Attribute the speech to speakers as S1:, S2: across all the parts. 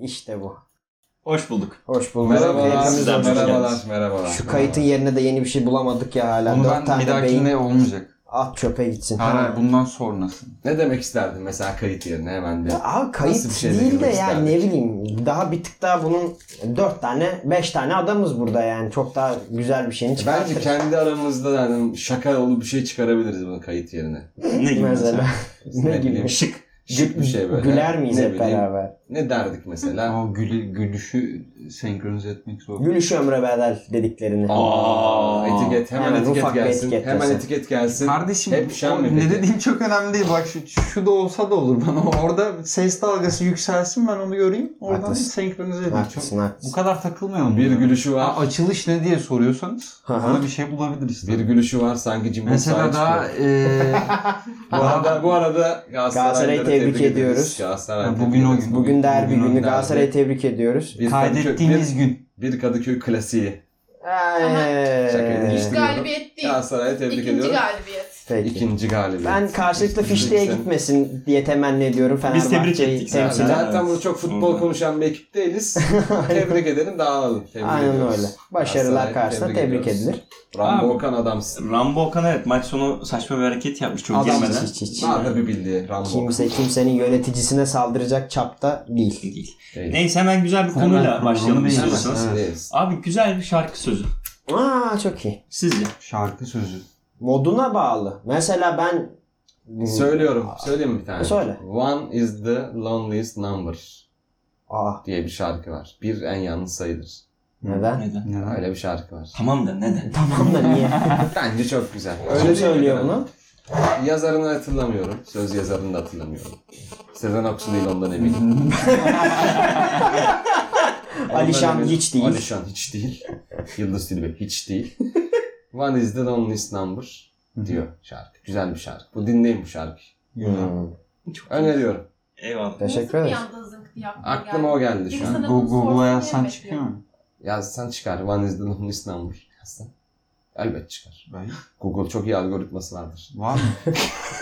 S1: İşte bu.
S2: Hoş bulduk.
S1: Hoş bulduk.
S3: Merhabalar,
S1: Hepimiz hoş
S2: Sizden hoş
S1: geldiniz.
S3: merhabalar,
S2: geldiniz.
S3: merhabalar.
S1: Şu kayıtın yerine de yeni bir şey bulamadık ya hala.
S4: Onu
S1: Dört
S4: ben bir
S1: tane
S4: dahakinde
S1: beyin
S4: olmayacak.
S1: at çöpe gitsin.
S4: Hayır hayır bundan sonrası.
S3: Ne demek isterdin mesela kayıt yerine hemen bir?
S1: Aa
S3: Nasıl
S1: kayıt
S3: bir şey
S1: değil de
S3: demek
S1: ya
S3: isterdin?
S1: ne bileyim daha bir tık daha bunun dört tane beş tane adamız burada yani çok daha güzel bir şeyini
S3: Bence
S1: çıkarttık.
S3: kendi aramızda yani şaka olu bir şey çıkarabiliriz bunu kayıt yerine.
S2: Ne gibi
S1: mesela.
S2: mesela?
S1: ne gibi?
S3: bileyim,
S2: Şık.
S3: Şık bir şey böyle.
S1: Güler miyiz
S3: Ne
S1: hep
S3: bileyim,
S1: beraber?
S3: Ne derdik mesela?
S4: O gülü, gülüşü senkronize etmek zor.
S1: Gülüş ömre bedel dediklerini.
S3: Aa, etiket hemen,
S1: Hemen
S3: etiket
S1: ufak bir
S3: gelsin.
S1: etiket
S3: hemen
S1: desin.
S3: etiket gelsin.
S4: Kardeşim
S3: Hep şen
S4: o
S3: mi
S4: ne
S3: peki?
S4: dediğin çok önemli değil. Bak şu, şu da olsa da olur bana. Orada ses dalgası yükselsin ben onu göreyim. Oradan
S1: Haklısın.
S4: senkronize edeyim. Çok-
S1: Haklısın
S4: Bu
S1: haklısın.
S4: kadar takılmayalım.
S3: Bir
S4: ya.
S3: gülüşü
S4: Ha,
S3: var.
S4: açılış ne diye soruyorsanız
S1: Hı hı.
S4: ona bir şey bulabiliriz.
S3: Bir gülüşü var sanki Jimbo
S4: Mesela daha e,
S3: Bu arada, bu arada Galatasaray'ı
S1: Galatasaray'ı
S3: tebrik,
S1: tebrik
S3: ediyoruz.
S1: ediyoruz.
S3: Galatasaray
S4: Ha,
S3: tebrik
S4: bugün o
S3: ediyoruz.
S4: gün.
S1: Bugün derbi
S3: bugün
S1: günü
S3: derbi.
S1: Galatasaray'ı tebrik ediyoruz.
S3: Bir
S4: kaydettiğimiz
S3: Kadıköy,
S4: gün.
S3: bir, bir Kadıköy klasiği.
S1: Eee,
S3: Şaka
S5: İlk
S3: ediyoruz.
S5: galibiyet değil.
S3: Galatasaray'ı tebrik
S5: İkinci
S3: ediyorum.
S5: galibiyet.
S1: Peki.
S3: İkinci galibiyet.
S1: Ben karşılıklı fişliğe
S3: Sen-
S1: gitmesin diye temenni ediyorum.
S2: Biz tebrik
S1: Fenerbahçe'yi
S2: ettik.
S3: Yani
S1: temsil
S2: Aynen.
S3: zaten burada çok futbol
S2: Burada.
S3: konuşan bir ekip değiliz. tebrik edelim dağılalım. Tebrik
S1: Aynen
S3: ediyoruz.
S1: öyle. Başarılar
S3: Galatasaray'ı
S1: karşısında tebrik,
S3: ediyoruz.
S1: edilir.
S3: Rambo
S2: Abi.
S3: Okan adamsın.
S2: Rambo Okan evet maç sonu saçma bir hareket yapmış çok
S3: Adam
S2: girmeden.
S1: Hiç, hiç, hiç.
S3: Vardı bir bildiği Rambo.
S1: Kimse kimsenin yöneticisine saldıracak çapta değil.
S2: Değil.
S3: Değil.
S2: Neyse hemen güzel bir
S4: Hemen
S2: konuyla
S4: konumuz
S2: başlayalım
S4: değil.
S2: istiyorsanız.
S4: Evet.
S3: Değiliz.
S2: Abi güzel bir şarkı sözü.
S1: Aa çok iyi.
S2: Sizce?
S4: Şarkı sözü.
S1: Moduna bağlı. Mesela ben
S3: Söylüyorum. Söyleyeyim mi bir tane?
S1: Söyle.
S3: One is the loneliest number
S1: Aa
S3: diye bir şarkı var. Bir en yalnız sayıdır.
S1: neden?
S2: Neden?
S4: Neden?
S3: Öyle bir şarkı var.
S2: Tamam da neden?
S1: Tamam da niye?
S3: Bence çok güzel.
S1: Öyle
S3: değil
S1: söylüyor
S3: mi?
S1: bunu.
S3: Yazarını hatırlamıyorum. Söz yazarını da hatırlamıyorum. Sezen Aksu değil ondan eminim. Ondan
S1: Alişan
S3: eminim.
S1: hiç değil.
S3: Alişan hiç değil. Yıldız Tilbe hiç değil. One is the loneliest number diyor şarkı. Güzel bir şarkı. Bu dinleyin bu şarkı.
S1: Hmm.
S2: Çok
S3: Öneriyorum.
S2: Eyvallah.
S1: Teşekkür
S5: Nasıl bir
S1: ederiz.
S5: anda zınk diye aklıma
S3: Aklıma o geldi
S5: Peki
S3: şu an.
S5: sana bunu
S4: Google'a yazsan
S5: sorsam ne
S4: çıkıyor mu?
S3: Yazsan çıkar. One is the loneliest number. Yazsan. Elbet çıkar.
S4: Ben-
S3: Google çok iyi algoritması vardır.
S4: Var mı?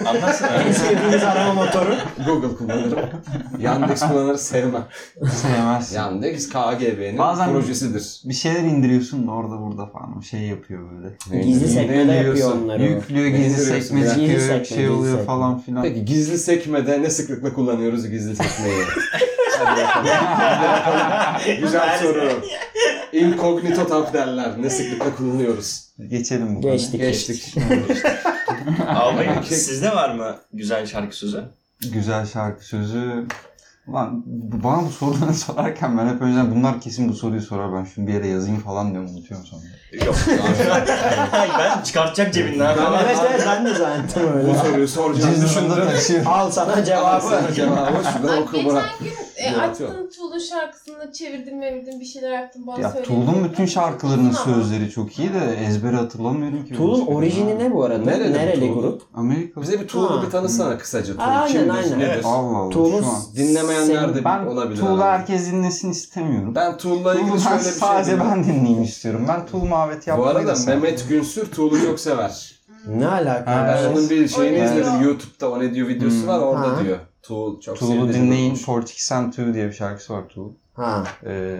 S1: En
S2: Anlatsana.
S1: sevdiğiniz arama motoru.
S3: Google kullanırım. Yandex kullanır sevmem.
S4: Sevmezsin.
S3: Yandex KGB'nin
S4: Bazen-
S3: projesidir.
S4: Bir şeyler indiriyorsun da orada burada falan bir şey yapıyor böyle.
S1: Gizli sekmede yapıyor
S3: indiriyorsun?
S1: onları.
S4: Yüklüyor
S3: Ne
S4: gizli
S3: indiriyorsun
S4: sekme
S3: ya?
S1: Gizli
S4: çıkıyor
S1: sekme,
S4: bir şey
S1: gizli
S4: oluyor
S1: sekme.
S4: falan filan.
S3: Peki gizli sekmede ne sıklıkla kullanıyoruz gizli sekmeyi? Hadi bakalım. Hadi bakalım. Güzel soru. Incognito tab derler. Ne sıklıkla kullanıyoruz?
S4: Geçelim bu
S1: Geçtik.
S3: Geçtik.
S2: Abi sizde var mı güzel şarkı sözü?
S4: konuyu. Güzel şarkı sözü. Lan bu- bana bu soruları sorarken ben hep önceden bunlar kesin bu soruyu sorar ben şunu bir yere yazayım falan diyorum unutuyorum sonra.
S2: Yok. ben çıkartacak cebinden.
S1: evet evet ben de zannettim
S3: Bu
S1: öyle.
S3: soruyu soracağını
S4: Cüzdanımda
S3: düşündüm.
S4: taşıyorum.
S1: Al sana cevabı.
S3: Sana cevabı şuradan
S5: Ay,
S3: oku
S5: geçen
S3: bırak.
S5: gün e,
S3: Yok,
S5: açtın Tuğla'nın şarkısını çevirdim memirdim bir şeyler yaptım bana
S4: Ya
S5: söylemedin.
S4: Tuğl'un bütün şarkılarının
S5: Ama
S4: sözleri çok iyi de ezbere hatırlamıyorum ki.
S1: Tool'un orijini ne bu arada?
S3: Nereli bu
S1: Nereli
S3: Tool?
S1: grup?
S4: Amerika.
S3: Bize bir Tuğla'yı
S1: Ha.
S3: bir tanısana kısaca. Tuğla
S1: Aynen,
S3: kimdir,
S1: aynen.
S3: nedir?
S4: Allah Allah
S1: Tool'un
S4: şu an.
S3: Dinlemeyenler de
S4: Ben
S3: olabilir.
S4: Tuğla
S3: herhalde.
S4: herkes dinlesin istemiyorum.
S3: Ben Tuğla'yla
S4: Tuğla
S3: ilgili şöyle bir şey
S4: sadece
S3: diyeyim.
S4: ben dinleyeyim istiyorum. Ben Tuğla Mavet
S3: Bu
S4: yapmayı
S3: arada
S4: da sevmem.
S3: Mehmet Günsür Tuğla'yı çok sever.
S1: Ne alaka? şey?
S4: Ha,
S1: ya?
S3: Ben onun bir şeyini
S5: O ne
S3: izledim
S5: diyor?
S3: YouTube'da o ne diyor videosu
S4: Hmm.
S3: var orada
S1: Ha.
S3: diyor. Tuğul çok
S4: Tuğlu
S3: sevdiğim
S4: dinleyin.
S3: bir-
S4: 42 Cent Two diye bir şarkısı var Tuğul.
S1: Ha.
S4: Ee,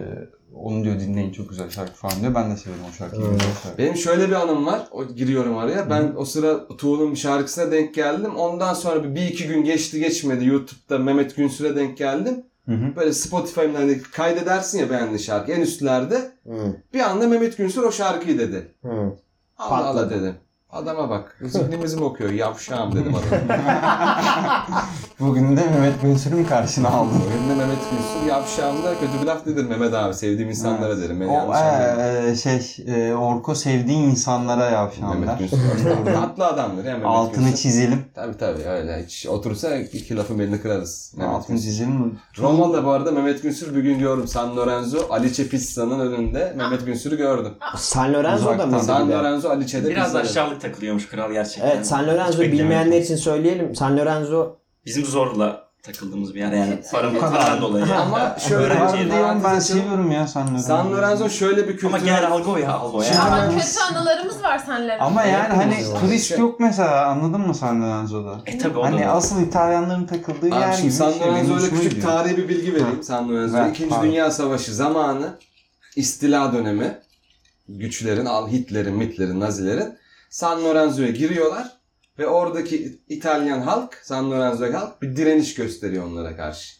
S4: onu diyor dinleyin çok güzel şarkı falan diyor. Ben de severim o şarkıyı.
S1: Evet.
S4: güzel şarkı.
S3: Benim şöyle bir anım var. O, giriyorum araya. Ben o sıra Tuğul'un bir şarkısına denk geldim. Ondan sonra bir, bir iki gün geçti geçmedi. YouTube'da Mehmet Günsür'e denk geldim.
S4: Hı hı.
S3: Böyle Spotify'ımda hani kaydedersin ya beğendiğin şarkı en üstlerde.
S1: Hı.
S3: Bir anda Mehmet Günsür o şarkıyı dedi.
S1: Hı.
S3: Allah Allah
S1: Patladı.
S3: dedim. Adama bak. Zihnimizi mi okuyor? Yavşağım dedim adama.
S4: Bugün de Mehmet Günsür'ün karşına aldım.
S3: Önünde Mehmet Günsür yavşağım der. Kötü bir laf dedim Mehmet abi. Sevdiğim insanlara
S4: Evet.
S3: derim. Beni
S4: O,
S3: yanlış anlayın.
S4: ee, şey, ee, Orko sevdiğin insanlara
S3: Mehmet
S4: yavşanlar.
S3: Günsür. Tatlı adamdır ya Mehmet
S4: Altını
S3: Günsür.
S4: çizelim.
S3: Tabii tabii öyle. Hiç otursa iki lafın belini kırarız. Mehmet
S4: Altını
S3: Günsür.
S4: çizelim.
S3: Roma'da bu arada Mehmet Günsür bir gün gördüm. San Lorenzo, Aliçe Pizza'nın önünde Mehmet Günsür'ü gördüm.
S1: San Lorenzo'da
S4: Uzaktan.
S1: mıydı?
S3: San
S1: bir de?
S3: Lorenzo, Aliçe'de
S2: Biraz
S3: pizza yedim.
S2: aşağılık takılıyormuş kral gerçekten.
S1: Evet San
S2: Hiç
S1: Lorenzo
S2: beklemedim.
S1: bilmeyenler için söyleyelim. San Lorenzo
S2: Bizim zorla takıldığımız bir yer yani.
S5: Bu
S2: Paramızdan dolayı.
S3: Ama şöyle
S2: Öğrenci
S4: Abi
S2: evi.
S4: diyorum ben
S3: Lorenzo-
S4: seviyorum ya San Lorenzo.
S3: San Lorenzo şöyle bir
S2: şey- Ama
S3: kültür.
S2: gel algo ya algo ya.
S3: Şimdi-
S5: Ama
S3: Yani-
S5: kötü anılarımız var senle.
S4: Ama yani hani
S1: Şey-
S4: turist yok mesela anladın mı San Lorenzo'da?
S2: E tabi o da
S4: Hani
S2: doğru.
S4: asıl İtalyanların takıldığı yer
S3: Abi
S4: gibi
S3: şimdi
S4: bir şey.
S3: San
S4: Benim
S3: Lorenzo'yla
S4: hoşuma
S3: küçük
S4: gidiyor.
S3: tarihi bir bilgi vereyim San Lorenzo'ya.
S4: Ver,
S3: İkinci
S4: pardon.
S3: Dünya Savaşı zamanı istila dönemi güçlerin, Al- Hitler'in, Mitler'in, Nazilerin San Lorenzo'ya giriyorlar ve oradaki İtalyan halk, San Lorenzo'daki halk bir direniş gösteriyor onlara karşı.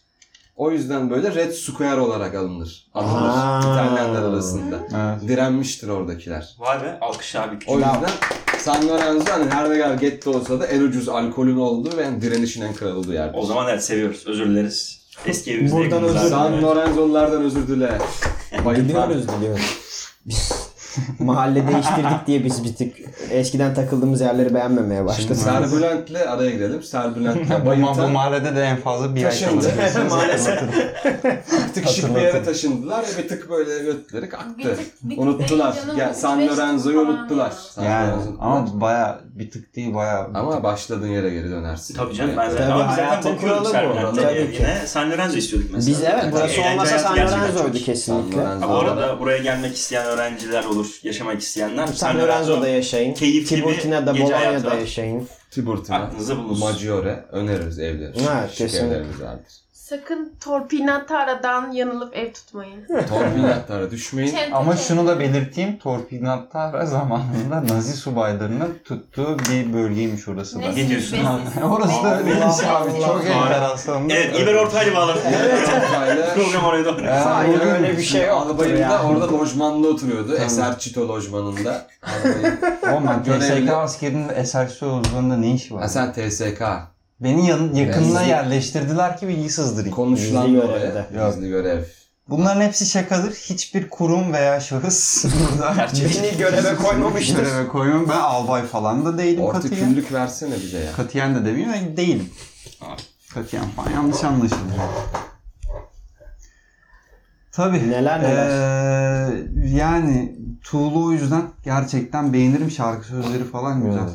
S3: O yüzden böyle Red Square olarak alınır. Anılır
S1: Aa.
S3: İtalyanlar arasında.
S4: Evet.
S3: Direnmiştir oradakiler.
S2: Vay be alkış abi.
S3: O yüzden San Lorenzo hani her ne kadar gette olsa da en ucuz alkolün olduğu ve en direnişin en kral olduğu yer.
S2: O zaman evet seviyoruz. Özür dileriz. Eski evimizde
S1: Buradan
S2: yakınız
S1: özür
S2: zaten.
S3: San Lorenzo'lulardan özür dile. Bayıldılar.
S1: Biliyoruz biliyoruz. Biz mahalle değiştirdik diye biz bir tık eskiden takıldığımız yerleri beğenmemeye başladık.
S4: Şimdi-
S3: Serbülent'le araya girelim. Serbülent'le
S4: Bu, ma- bu
S3: bayıltan
S4: mahallede de en fazla bir ay
S3: Taşındı.
S4: kalabilirsiniz.
S3: bir tık şık bir yere
S4: Hatırlatın.
S3: taşındılar ve bir tık böyle götleri kalktı.
S5: tık- bir tık
S3: Unuttular.
S5: heyecanı
S3: Gel,
S5: olmuş.
S3: San
S5: Beş tık
S3: Lorenzo'yu
S5: falan
S3: unuttular.
S5: ya.
S3: San Lorenzo'yu
S4: Yani
S3: unuttular.
S4: ama baya bir tık değil baya bir
S3: ama başladığın yere geri dönersin.
S2: Tabii canım ben
S3: Evet.
S2: zaten,
S1: Tabii,
S2: abi zaten
S1: hayatın
S2: bakıyordum
S1: kuralı bu.
S2: Serbent'e
S1: Tabii ki.
S2: yine San Lorenzo istiyorduk mesela.
S1: Biz evet burası
S2: Eğlence
S1: olmasa
S2: hayatı
S1: San
S2: gerçekten
S1: Lorenzo'ydu
S2: çok-
S1: kesinlikle.
S3: San Lorenzo.
S2: Bu arada buraya gelmek isteyen öğrenciler olur, yaşamak isteyenler.
S1: San Lorenzo'da yaşayın.
S2: keyifli bir
S1: Tiburtina'da,
S2: gece hayatı
S1: Bologna'da
S2: var.
S1: yaşayın.
S3: Tiburtina,
S2: Aklınızda bulunsun.
S3: Maggiore öneririz evleri.
S1: Evet,
S3: Şık
S1: kesinlikle.
S3: evlerimiz vardır.
S5: Sakın torpinatara'dan yanılıp ev tutmayın.
S3: Torpillatlara düşmeyin.
S5: Çente
S4: Ama
S5: çente.
S4: şunu da belirteyim. Torpinattara zamanında Nazi subaylarının tuttuğu bir bölgeymiş orası da.
S5: Neyse,
S2: Ne diyorsun
S5: neyse.
S4: Orası da öyleymiş
S1: Allah
S4: abi.
S1: Allah.
S4: Çok enteresan.
S2: Evet, İber Ortaylı bağladı.
S3: Ortayla-
S2: Program oraya doğru.
S4: Evet.
S1: Hayır öyle bir şey yoktur
S3: Albayım da
S1: ya.
S3: orada lojmanlı oturuyordu.
S4: Tamam.
S3: Eser Çito lojmanında. Albayım.
S4: Oğlum ben
S3: Görevli-
S4: TSK askerinin SRC uzmanında ne işi
S3: ha
S4: var?
S3: sen TSK.
S4: Beni yan, yakınına
S3: Gizli-
S4: yerleştirdiler ki bilgi sızdırayım.
S3: Konuşulan
S1: Gizli
S3: oraya.
S1: görevde.
S3: Gizli görev.
S4: Bunların hepsi şakadır. Hiçbir kurum veya şahıs burada
S1: Beni göreve koymamıştır.
S4: göreve koymuyorum. Ben albay falan da değilim
S3: Orta
S4: katiyen.
S3: küllük versene bize ya.
S4: Katiyen de demeyeyim ben değilim. Katiyen falan yanlış anlaşıldı. Tabii.
S1: Neler neler.
S4: Ee, yani Tuğlu o yüzden gerçekten beğenirim şarkı sözleri falan güzel.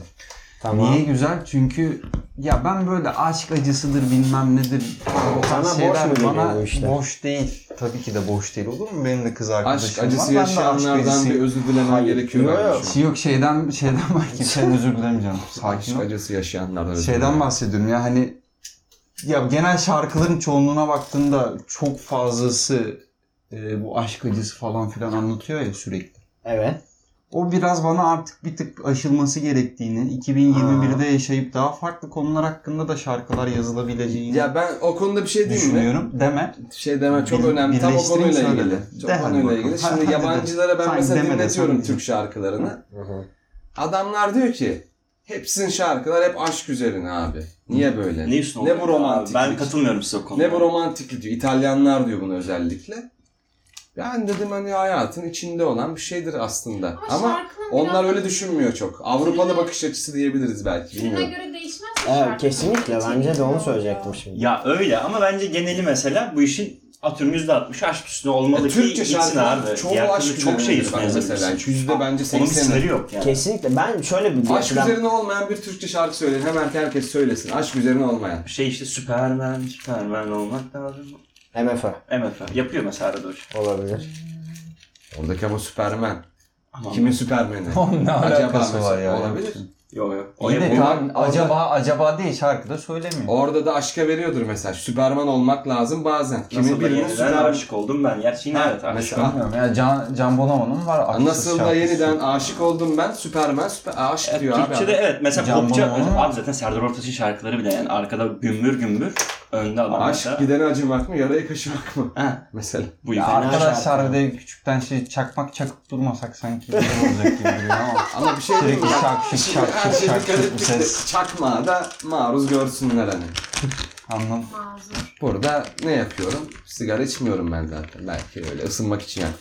S1: Tamam.
S4: Niye güzel? Çünkü ya ben böyle aşk acısıdır bilmem nedir. O tarz
S1: Sana boş mu geliyor
S4: bana
S1: bu işler?
S4: boş değil. Tabii ki de boş değil olur mu? Benim de kız
S3: Aşk
S4: arkadaşım
S3: acısı
S4: var. Ben de aşk
S3: yaşayanlardan
S4: acısı-
S3: bir özür dilemen
S1: Hayır.
S3: gerekiyor.
S1: Yok,
S3: bence
S1: yok.
S3: şu an.
S4: Şey yok şeyden şeyden ben kimseden özür dilerim canım. Sakin
S3: Aşk
S4: ol.
S3: acısı yaşayanlardan özür
S4: Şeyden
S3: dilerim.
S4: bahsediyorum ya hani ya genel şarkıların çoğunluğuna baktığında çok fazlası e, bu aşk acısı falan filan anlatıyor ya sürekli.
S1: Evet.
S4: O biraz bana artık bir tık aşılması gerektiğini, 2021'de yaşayıp daha farklı konular hakkında da şarkılar yazılabileceğini
S3: Ya ben o konuda bir şey diyeyim mi?
S4: düşünüyorum. Deme.
S3: Şey deme çok
S4: Bir-
S3: önemli. Tam o
S4: birleştireyim
S3: konuyla
S4: söyle
S3: ilgili.
S4: de.
S3: Çok
S4: De hadi
S3: konuyla
S4: bakalım.
S3: ilgili.
S4: Ha-
S3: Şimdi
S4: hadi de.
S3: yabancılara ben
S4: Sen
S3: mesela
S4: deme de, sen
S3: dinletiyorum
S4: diyeceksin.
S3: Türk şarkılarını. Adamlar diyor ki hepsinin şarkılar hep aşk üzerine abi. Niye böyle?
S2: Ne üstüne
S3: Ne
S2: oluyor?
S3: bu romantiklik?
S2: Ben
S1: şey?
S2: katılmıyorum size o konuda.
S3: Ne bu romantiklik diyor. İtalyanlar diyor bunu özellikle. Ben dedim hani hayatın içinde olan bir şeydir aslında. Ama,
S5: şarkının
S3: onlar
S5: biraz
S3: öyle düşünmüyor çok. Avrupalı
S5: Türüne-
S3: bakış açısı diyebiliriz belki.
S5: Türüne
S3: Bilmiyorum.
S5: göre değişmez mi
S1: Evet
S5: şarkı?
S1: kesinlikle bence de onu söyleyecektim şimdi.
S2: Ya öyle ama bence geneli mesela bu işin atıyorum %60 aşk üstüne olmalı
S3: E,
S2: ki
S3: Türkçe
S2: gitsin
S3: şarkılar
S2: abi.
S3: çoğu
S2: Diğer türlü
S3: aşk
S2: çok şey
S3: üzerinedir
S2: üstüne
S3: bak mesela.
S2: yazabilirsin.
S3: Yüzde bence
S2: Onun bir
S3: 80'i.
S2: sınırı yok yani.
S1: Kesinlikle ben şöyle bir
S3: Aşk
S1: açıdan-
S3: üzerine olmayan bir Türkçe şarkı söyle. Hemen herkes söylesin. Aşk üzerine olmayan.
S2: Şey işte Süpermen, Süpermen olmak lazım.
S1: MFÖ
S2: MFA yapıyor mesela arada hocam.
S1: olabilir.
S3: Oradaki ama Süpermen.
S2: Ama
S3: Kimin Süpermen'i?
S4: Onun ne alakası
S3: mesela.
S4: var ya?
S3: Olabilir.
S2: Yok yok. O
S4: Yine
S2: yapıyor.
S4: tam acaba acaba değil şarkıda söylemiyor.
S3: Orada da aşka veriyordur mesela. Süperman olmak lazım bazen. Kimin
S2: Nasıl da
S3: birinin
S2: yeniden
S3: süper...
S2: aşık oldum ben. Gerçi yine
S3: Ha,
S2: evet aşık.
S3: mesela- "Ah,
S4: Bilmiyorum ya Can, Can Bonomo'nun var. Aksız
S3: Nasıl da
S4: şarkısı.
S3: yeniden aşık oldum ben. Süpermen süper... aşk
S2: Evet,
S3: diyor abi.
S2: E, Türkçe'de
S3: adam.
S2: evet mesela
S4: Can
S2: popça
S4: Bonomo ama-
S2: abi zaten Serdar Ortaç'ın şarkıları bile yani arkada gümbür gümbür önde adam
S3: Aşk
S2: mesela.
S3: gidene acımak mı, yarayı kaşımak mı?
S2: Ha,
S3: Mesela.
S2: bu
S4: Ya
S2: ya.
S4: arkadaşlar
S1: şarkı.
S4: bir de küçükten şey çakmak çakıp durmasak sanki güzel olacak gibi duruyor ama.
S3: Ama bir şey diyeyim
S4: Sürekli
S3: mi?
S4: şak şık
S3: Şimdi
S4: şak
S3: her
S4: şık
S3: şey
S4: şak
S3: dikkat
S4: şık bir
S3: ettik de
S4: ses.
S3: çakmağı da maruz görsünler hani.
S4: Anladım.
S5: Mazur.
S3: Burada ne yapıyorum? Sigara içmiyorum ben zaten. Belki öyle ısınmak için yani.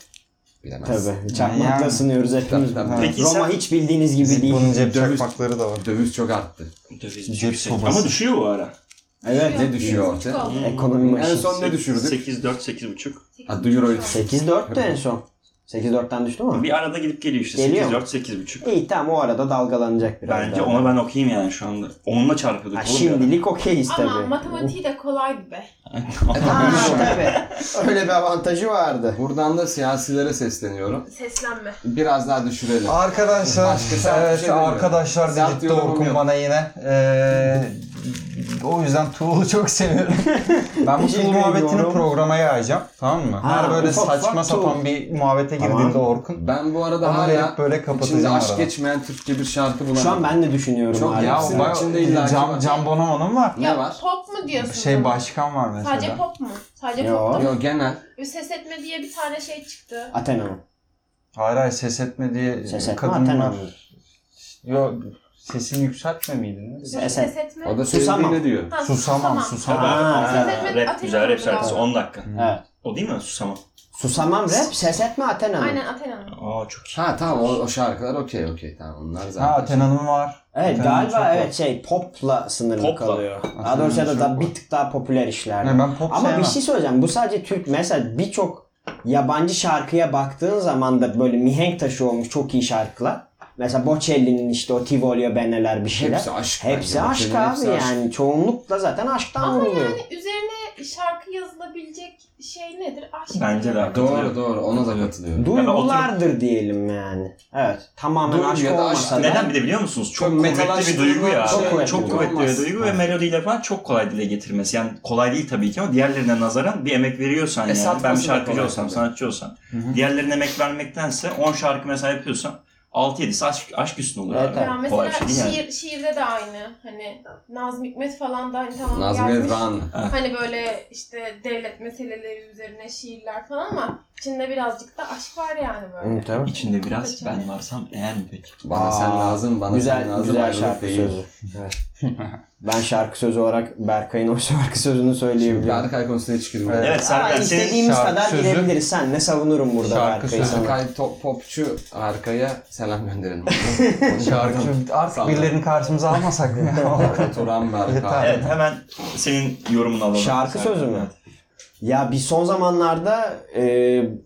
S3: Bilemez.
S1: Tabii. Çakmakla
S4: Yani-
S1: ısınıyoruz hepimiz.
S3: Tabii, tabii.
S2: Peki
S1: Roma
S2: sen-
S1: hiç bildiğiniz gibi değil.
S4: Bunun cep
S3: Döviz-
S4: çakmakları da var.
S3: Döviz çok arttı.
S2: Döviz
S4: Cep
S2: yüksek.
S4: sobası.
S2: Ama düşüyor bu ara.
S1: Evet.
S3: Ne düşüyor ortaya?
S5: Kaldı.
S1: Ekonomi
S3: En
S1: başı.
S3: son ne düşürdük?
S2: 8, 4, 8,5.
S3: Ha, duyur öyle.
S1: 8-4'tü en son. 8-4'ten düştü mü?
S2: Bir arada gidip geliyor işte.
S1: Geliyor
S2: 8-4, 8.5.
S1: İyi tamam o arada dalgalanacak biraz
S2: Bence
S1: daha.
S2: ona ben okuyayım yani şu anda. Onunla çarpıyorduk.
S1: Ha,
S2: oğlum ya.
S1: şimdilik okeyiz tabii.
S3: Uh.
S5: Ama matematiği de kolaydı be.
S1: Ha, tabii. Öyle bir avantajı vardı.
S3: Buradan da siyasilere sesleniyorum.
S5: Seslenme.
S3: Biraz daha düşürelim.
S6: Arkadaşlar,
S3: Başka sert bir
S6: evet
S3: şey demiyorum.
S6: arkadaşlar
S3: Sert
S6: dedirtti
S3: yorumum
S6: Orkun
S3: yok.
S6: bana yine. Ee, o yüzden Tuğul'u çok seviyorum. ben bu Tuğul
S1: Teşekkür
S6: muhabbetini
S1: ediyorum.
S6: programa yayacağım. Tamam mı?
S1: Ha,
S6: Her böyle
S1: ufak ufak
S6: saçma
S1: Tuğul.
S6: sapan bir muhabbete girdiğinde Orkun.
S3: Ben bu arada
S6: Onu
S3: hala
S6: verip böyle
S3: içinde
S6: kapatacağım
S3: aşk
S6: arada.
S3: geçmeyen Türkçe bir şarkı bulamadım.
S1: Şu an ben de düşünüyorum.
S3: Çok
S1: hala.
S6: Ya o
S3: Hepsinin
S6: bayağı-
S3: içinde illaki var.
S6: Can, Can Bonomo'nun var.
S3: Ne
S5: ya,
S3: var?
S5: Pop mu diyorsun?
S6: Şey başkan var mesela.
S5: Sadece pop mu? Sadece
S1: Yo.
S5: pop mu?
S3: Yo genel.
S5: Bir Ses etme diye bir tane şey çıktı.
S1: Athena mı?
S6: Hayır hayır ses etme diye
S1: Ses etme,
S6: kadın var.
S1: Athena.
S6: Yok sesini yükseltme miydi?
S1: Ses-
S5: Ses,
S1: ses-
S5: etme.
S3: O da
S1: Susamam.
S3: sevdiğini diyor.
S5: Ha,
S6: Susamam
S2: Tabii
S6: susamam.
S1: Ha,
S2: abi,
S1: ha,
S2: konser-
S5: rap
S2: rap güzel rap
S5: Athena'nın
S2: şarkısı
S5: bravo.
S2: 10 dakika.
S1: Evet.
S2: O değil mi? Susamam.
S1: Susamam rap, ses etme Athena mı?
S5: Aynen Athena'nın.
S2: Aa çok iyi.
S3: Ha tamam o, o şarkılar okey okey tamam onlar zaten.
S6: Ha Athena'nın var.
S1: Evet
S6: Athena çok
S1: galiba
S6: var.
S1: evet şey popla sınırlı
S2: Popla.
S1: kalıyor. Daha
S6: Athena'nın
S1: doğrusu ya da
S6: çok
S1: daha
S6: var.
S1: bir tık daha popüler işler.
S6: Yani ben pop
S1: Ama
S6: sevmem.
S1: bir şey söyleyeceğim. Bu sadece Türk mesela birçok yabancı şarkıya baktığın zaman da böyle mihenk taşı olmuş çok iyi şarkılar. Mesela Bocelli'nin işte o Tivolio Beneler bir şeyler.
S3: Hepsi aşk.
S1: Hepsi
S3: bence.
S1: aşk
S3: Bütün
S1: abi
S3: hepsi aşk.
S1: yani. Çoğunlukla zaten aşktan
S5: Ama
S1: vuruluyor.
S5: yani üzerine şarkı yazılabilecek şey nedir? Aşk.
S2: Bence de.
S3: Doğru doğru ona da katılıyorum.
S1: Duygulardır diyelim yani. Evet. Tamamen
S3: Duygu
S1: aşk
S3: ya da aşk.
S1: olmasa da.
S2: Neden bir de biliyor musunuz? Çok
S3: Çok
S2: kuvvetli bir
S3: metalaştırılan
S2: duygu ya.
S1: çok
S2: Çok,
S1: kuvvetli
S2: çok
S1: bir
S2: kuvvetli
S3: olmaz.
S2: bir duygu ve
S3: Evet.
S2: melodiyle falan çok kolay dile getirmesi. Yani kolay değil tabii ki ama diğerlerine nazaran bir emek veriyorsan yani. Ben
S3: satması da
S2: şarkıcı
S3: kolay
S2: olsam,
S3: tabii.
S2: sanatçı olsam.
S6: Hı hı.
S2: Diğerlerine emek vermektense 10 şarkı mesela yapıyorsam 6-7'si aşk, aşk üstüne olur
S1: Evet,
S2: abi.
S1: evet.
S5: Ya mesela
S2: Kolay bir şey değil yani.
S5: şiir, şiirde de aynı. Hani Nazım Hikmet falan da hani tamam
S3: Nazmi
S5: yazmış.
S3: Van.
S5: Hani böyle işte devlet meseleleri üzerine şiirler falan ama içinde birazcık da aşk var yani böyle.
S1: Hı, tabii.
S2: İçinde biraz ben varsam eğer mi peki?
S3: Bana
S1: Aa,
S3: sen lazım, bana sen
S1: Güzel
S3: lazım.
S1: güzel
S3: ayrılık
S1: şarkı
S3: değil.
S1: sözü. Evet. ben şarkı sözü olarak Berkay'ın o şarkı sözünü
S3: Şimdi
S1: söyleyebilirim.
S3: Berkay konusuna hiç girmeyelim.
S2: Evet
S1: Ama
S2: Serkan senin
S1: istediğimiz
S6: şarkı
S1: kadar
S6: sözü-
S1: girebiliriz. Sen ne savunurum burada
S6: Şarkı
S1: Berkay'ı
S6: sözü-
S1: sana.
S3: Berkay top popçu arkaya selam gönderelim.
S6: Şarkı artık birilerini karşımıza almasak mı ya?
S3: Turan Berkay.
S2: Evet hemen senin yorumunu alalım.
S1: Şarkı
S2: Serkan.
S1: sözü mü? Ya bir son zamanlarda e,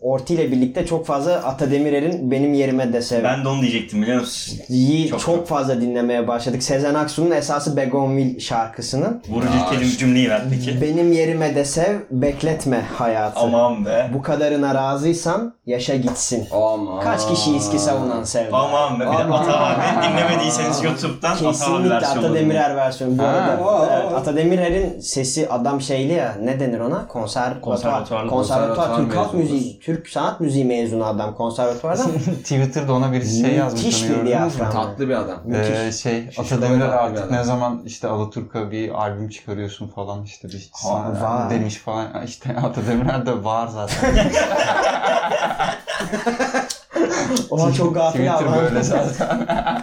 S1: Orti ile birlikte çok fazla Ata Demirer'in Benim Yerime de Sev.
S2: Ben de onu diyecektim biliyor musun?
S1: Yi çok,
S2: Çok-
S1: fazla dinlemeye başladık. Sezen Aksu'nun esası Begonville şarkısının.
S2: Vurucu
S3: Ya,
S2: kelim cümleyi ver peki.
S1: Benim yerime de sev, bekletme hayatı.
S2: Aman be.
S1: Bu kadarına razıysan yaşa gitsin.
S3: Aman.
S1: Kaç kişiyiz ki savunan sevda?
S2: Aman be. Bir de
S1: Aman.
S2: Ata abi dinlemediyseniz YouTube'dan Ata abi
S1: Kesinlikle
S2: versiyonu.
S1: Ata Demirer versiyonu. Bu
S6: Ha.
S1: arada evet, Ata Demirer'in sesi adam şeyli ya ne denir ona? Konser
S2: Konservatuvarlı.
S1: Konservatuvar Türk halk
S3: Konservatuvar
S1: müziği, Türk sanat müziği mezunu adam konservatuvardan.
S6: Twitter'da ona bir şey yazmış.
S1: Müthiş
S6: onu
S1: bir
S6: gördünüz mü?
S1: diyafram.
S3: Tatlı bir adam.
S6: Ee, şey
S3: Şişkolar
S6: Atademirer
S3: var bir
S6: artık
S3: adam.
S6: ne zaman işte Alaturka bir albüm çıkarıyorsun falan işte bir sana
S1: var.
S6: demiş falan Ya işte Atademirer de var zaten.
S1: Oha çok gafil
S6: Twitter
S1: adam.
S6: böyle zaten.
S5: Ya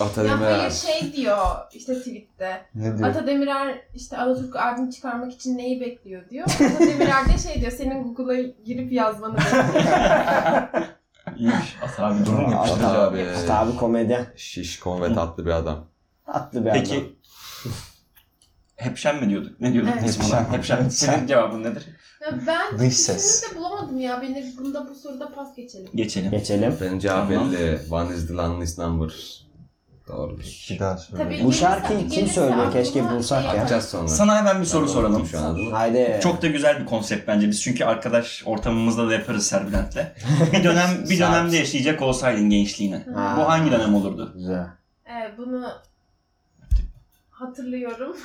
S3: Atademir
S5: hayır
S3: abi.
S5: şey diyor işte tweette.
S6: ne diyor?
S5: Ata Demirer işte Alaturk albüm çıkarmak için neyi bekliyor diyor. Ata Demirer de şey diyor senin Google'a girip yazmanı bekliyor.
S2: İyiymiş. Ata abi durum yok.
S1: Ata
S2: Ata abi.
S1: Ata abi komedyen.
S3: Şişkon ve tatlı bir adam.
S1: Tatlı bir adam.
S2: Peki hepşen mi diyorduk? Ne diyorduk
S5: Evet.
S2: biz buna?
S6: Hepşen.
S2: Hepşen. Senin cevabın nedir?
S5: Ya ben
S6: Dış ses.
S5: kesinlikle bulamadım ya. Beni bunda bu soruda pas geçelim.
S2: Geçelim.
S1: Geçelim.
S3: Benim cevap
S2: Tamam.
S3: belli. One is the loneliest number. Doğrudur.
S6: Bir şey daha söyle.
S5: Tabii
S1: Bu
S5: gelirse-
S1: şarkıyı kim
S5: gelirse
S1: söylüyor?
S5: aklıma
S1: Keşke bulsak
S5: şey
S1: ya.
S5: yaparım.
S3: Yapacağız sonra.
S2: Sana hemen bir soru
S3: Ben
S2: soralım.
S3: şu an.
S1: Haydi.
S2: Çok da güzel bir konsept bence biz çünkü arkadaş ortamımızda da yaparız Serbülent'le. Bir dönem bir dönemde yaşayacak olsaydın gençliğini.
S1: Ha.
S2: Bu hangi dönem olurdu?
S1: güzel.
S5: Ee, bunu hatırlıyorum.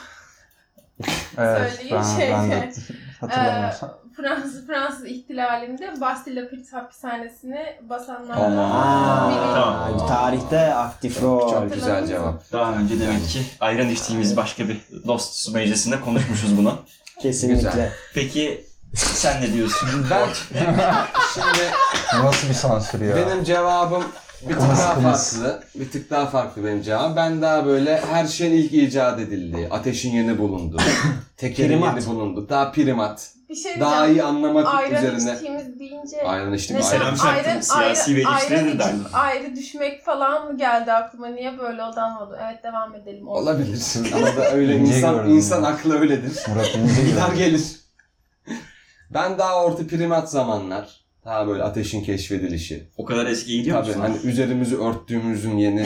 S6: Evet,
S5: söyleyeyim
S6: ben,
S5: şeyde.
S6: ben de hatırlamıyorsam.
S5: Fransız Fransız ihtilalinde Bastille Pis- hapishanesini
S3: Aman.
S5: basanlar.
S1: Aa,
S2: Tamam.
S1: Tarihte aktif rol.
S3: Çok güzel cevap.
S2: Daha önce demek ki ayran içtiğimiz başka bir dost meclisinde konuşmuşuz bunu.
S1: Kesinlikle.
S3: Güzel.
S2: Peki sen ne diyorsun?
S3: Ben şimdi
S6: Bu Nasıl bir sansür ya?
S3: Benim cevabım bir tık
S6: Kımız,
S3: daha
S6: kımız.
S3: farklı. Bir tık daha farklı benim cevabım. Ben daha böyle her şeyin ilk icat edildiği, ateşin yeni bulundu, tekerin
S1: Primat.
S3: yeni bulundu, daha primat,
S5: Bir şey
S3: daha
S5: diyeceğim.
S3: iyi anlamak
S5: Ayran
S3: üzerine.
S5: içtiğimiz deyince
S3: Ayran içtim.
S5: Mesela
S3: Ayran.
S2: Selam şarkının
S5: ayrı-
S2: siyasi
S5: ayrı-
S2: ve eleştirileri
S5: ayrı
S2: derdi.
S5: düşüp Ayrı düşmek falan mı geldi aklıma? Niye böyle odanmadı? Evet devam edelim.
S3: Olabilirsin ama da öyle
S6: İnce
S3: insan,
S6: gördüm
S3: insan
S6: ya.
S3: aklı öyledir.
S6: Murat İnce
S3: Gider
S6: gibi.
S3: gelir. Ben daha orta primat zamanlar, Ha böyle ateşin keşfedilişi.
S2: O kadar eskiye gidiyor
S3: Tabii
S2: musun?
S3: hani üzerimizi örttüğümüzün yeni ne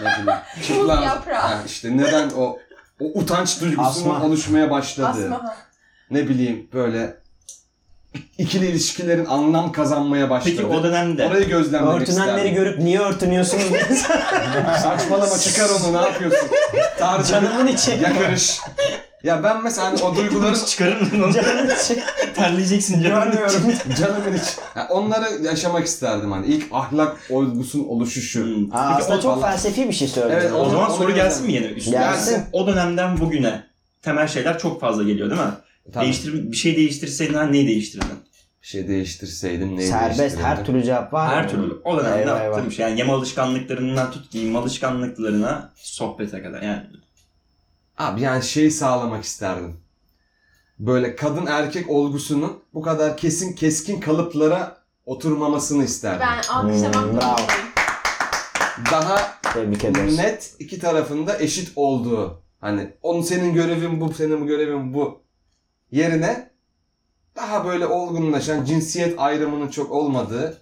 S3: bileyim çıplak-
S5: yaprağı.
S3: Ha, işte neden o o utanç duygusunun
S1: Asma.
S3: oluşmaya başladı.
S5: Asma ha.
S3: Ne bileyim böyle ikili ilişkilerin anlam kazanmaya başladı.
S2: Peki o dönemde
S3: Orayı gözlemlemek
S1: Örtünenleri
S3: isterdim.
S1: görüp niye örtünüyorsunuz diye
S3: Saçmalama çıkar onu ne yapıyorsun? Tarzı
S1: canımın içi.
S3: yakarış. Ya ben mesela hani o duyguların
S2: çıkarın onu.
S1: canımın içi.
S2: Terleyeceksin canım.
S1: Görmüyorum.
S3: canımın iç. Ya onları yaşamak isterdim hani ilk ahlak olgusunun oluşuşu.
S2: Hmm.
S1: Aa, aslında çok
S3: Vallahi.
S1: felsefi bir şey söyledin.
S3: Evet,
S2: O zaman
S3: Onu
S2: soru
S3: gönder.
S2: gelsin mi yine üstüne?
S1: Gelsin.
S2: Yani O dönemden bugüne temel şeyler çok fazla geliyor değil mi?
S3: Tabii.
S2: Değiştir, bir şey değiştirseydin ha, neyi değiştirdin?
S3: Bir şey değiştirseydim neyi
S1: Serbest her
S3: değiştirirdim?
S1: türlü cevap var.
S2: Her türlü. O dönemde
S1: Eyvah,
S2: yaptığım şey. Yani yeme alışkanlıklarından tut giyinme alışkanlıklarına sohbete kadar. Yani
S3: Abi yani şey sağlamak isterdim. Böyle kadın erkek olgusunun bu kadar kesin keskin kalıplara oturmamasını isterdim.
S5: Ben alkışlamak
S1: Hmm, bravo.
S5: zorundayım.
S3: Daha
S1: Tebrik ederiz.
S3: net iki tarafında eşit olduğu. Hani onun senin görevin bu, senin görevin bu. Yerine daha böyle olgunlaşan cinsiyet ayrımının çok olmadığı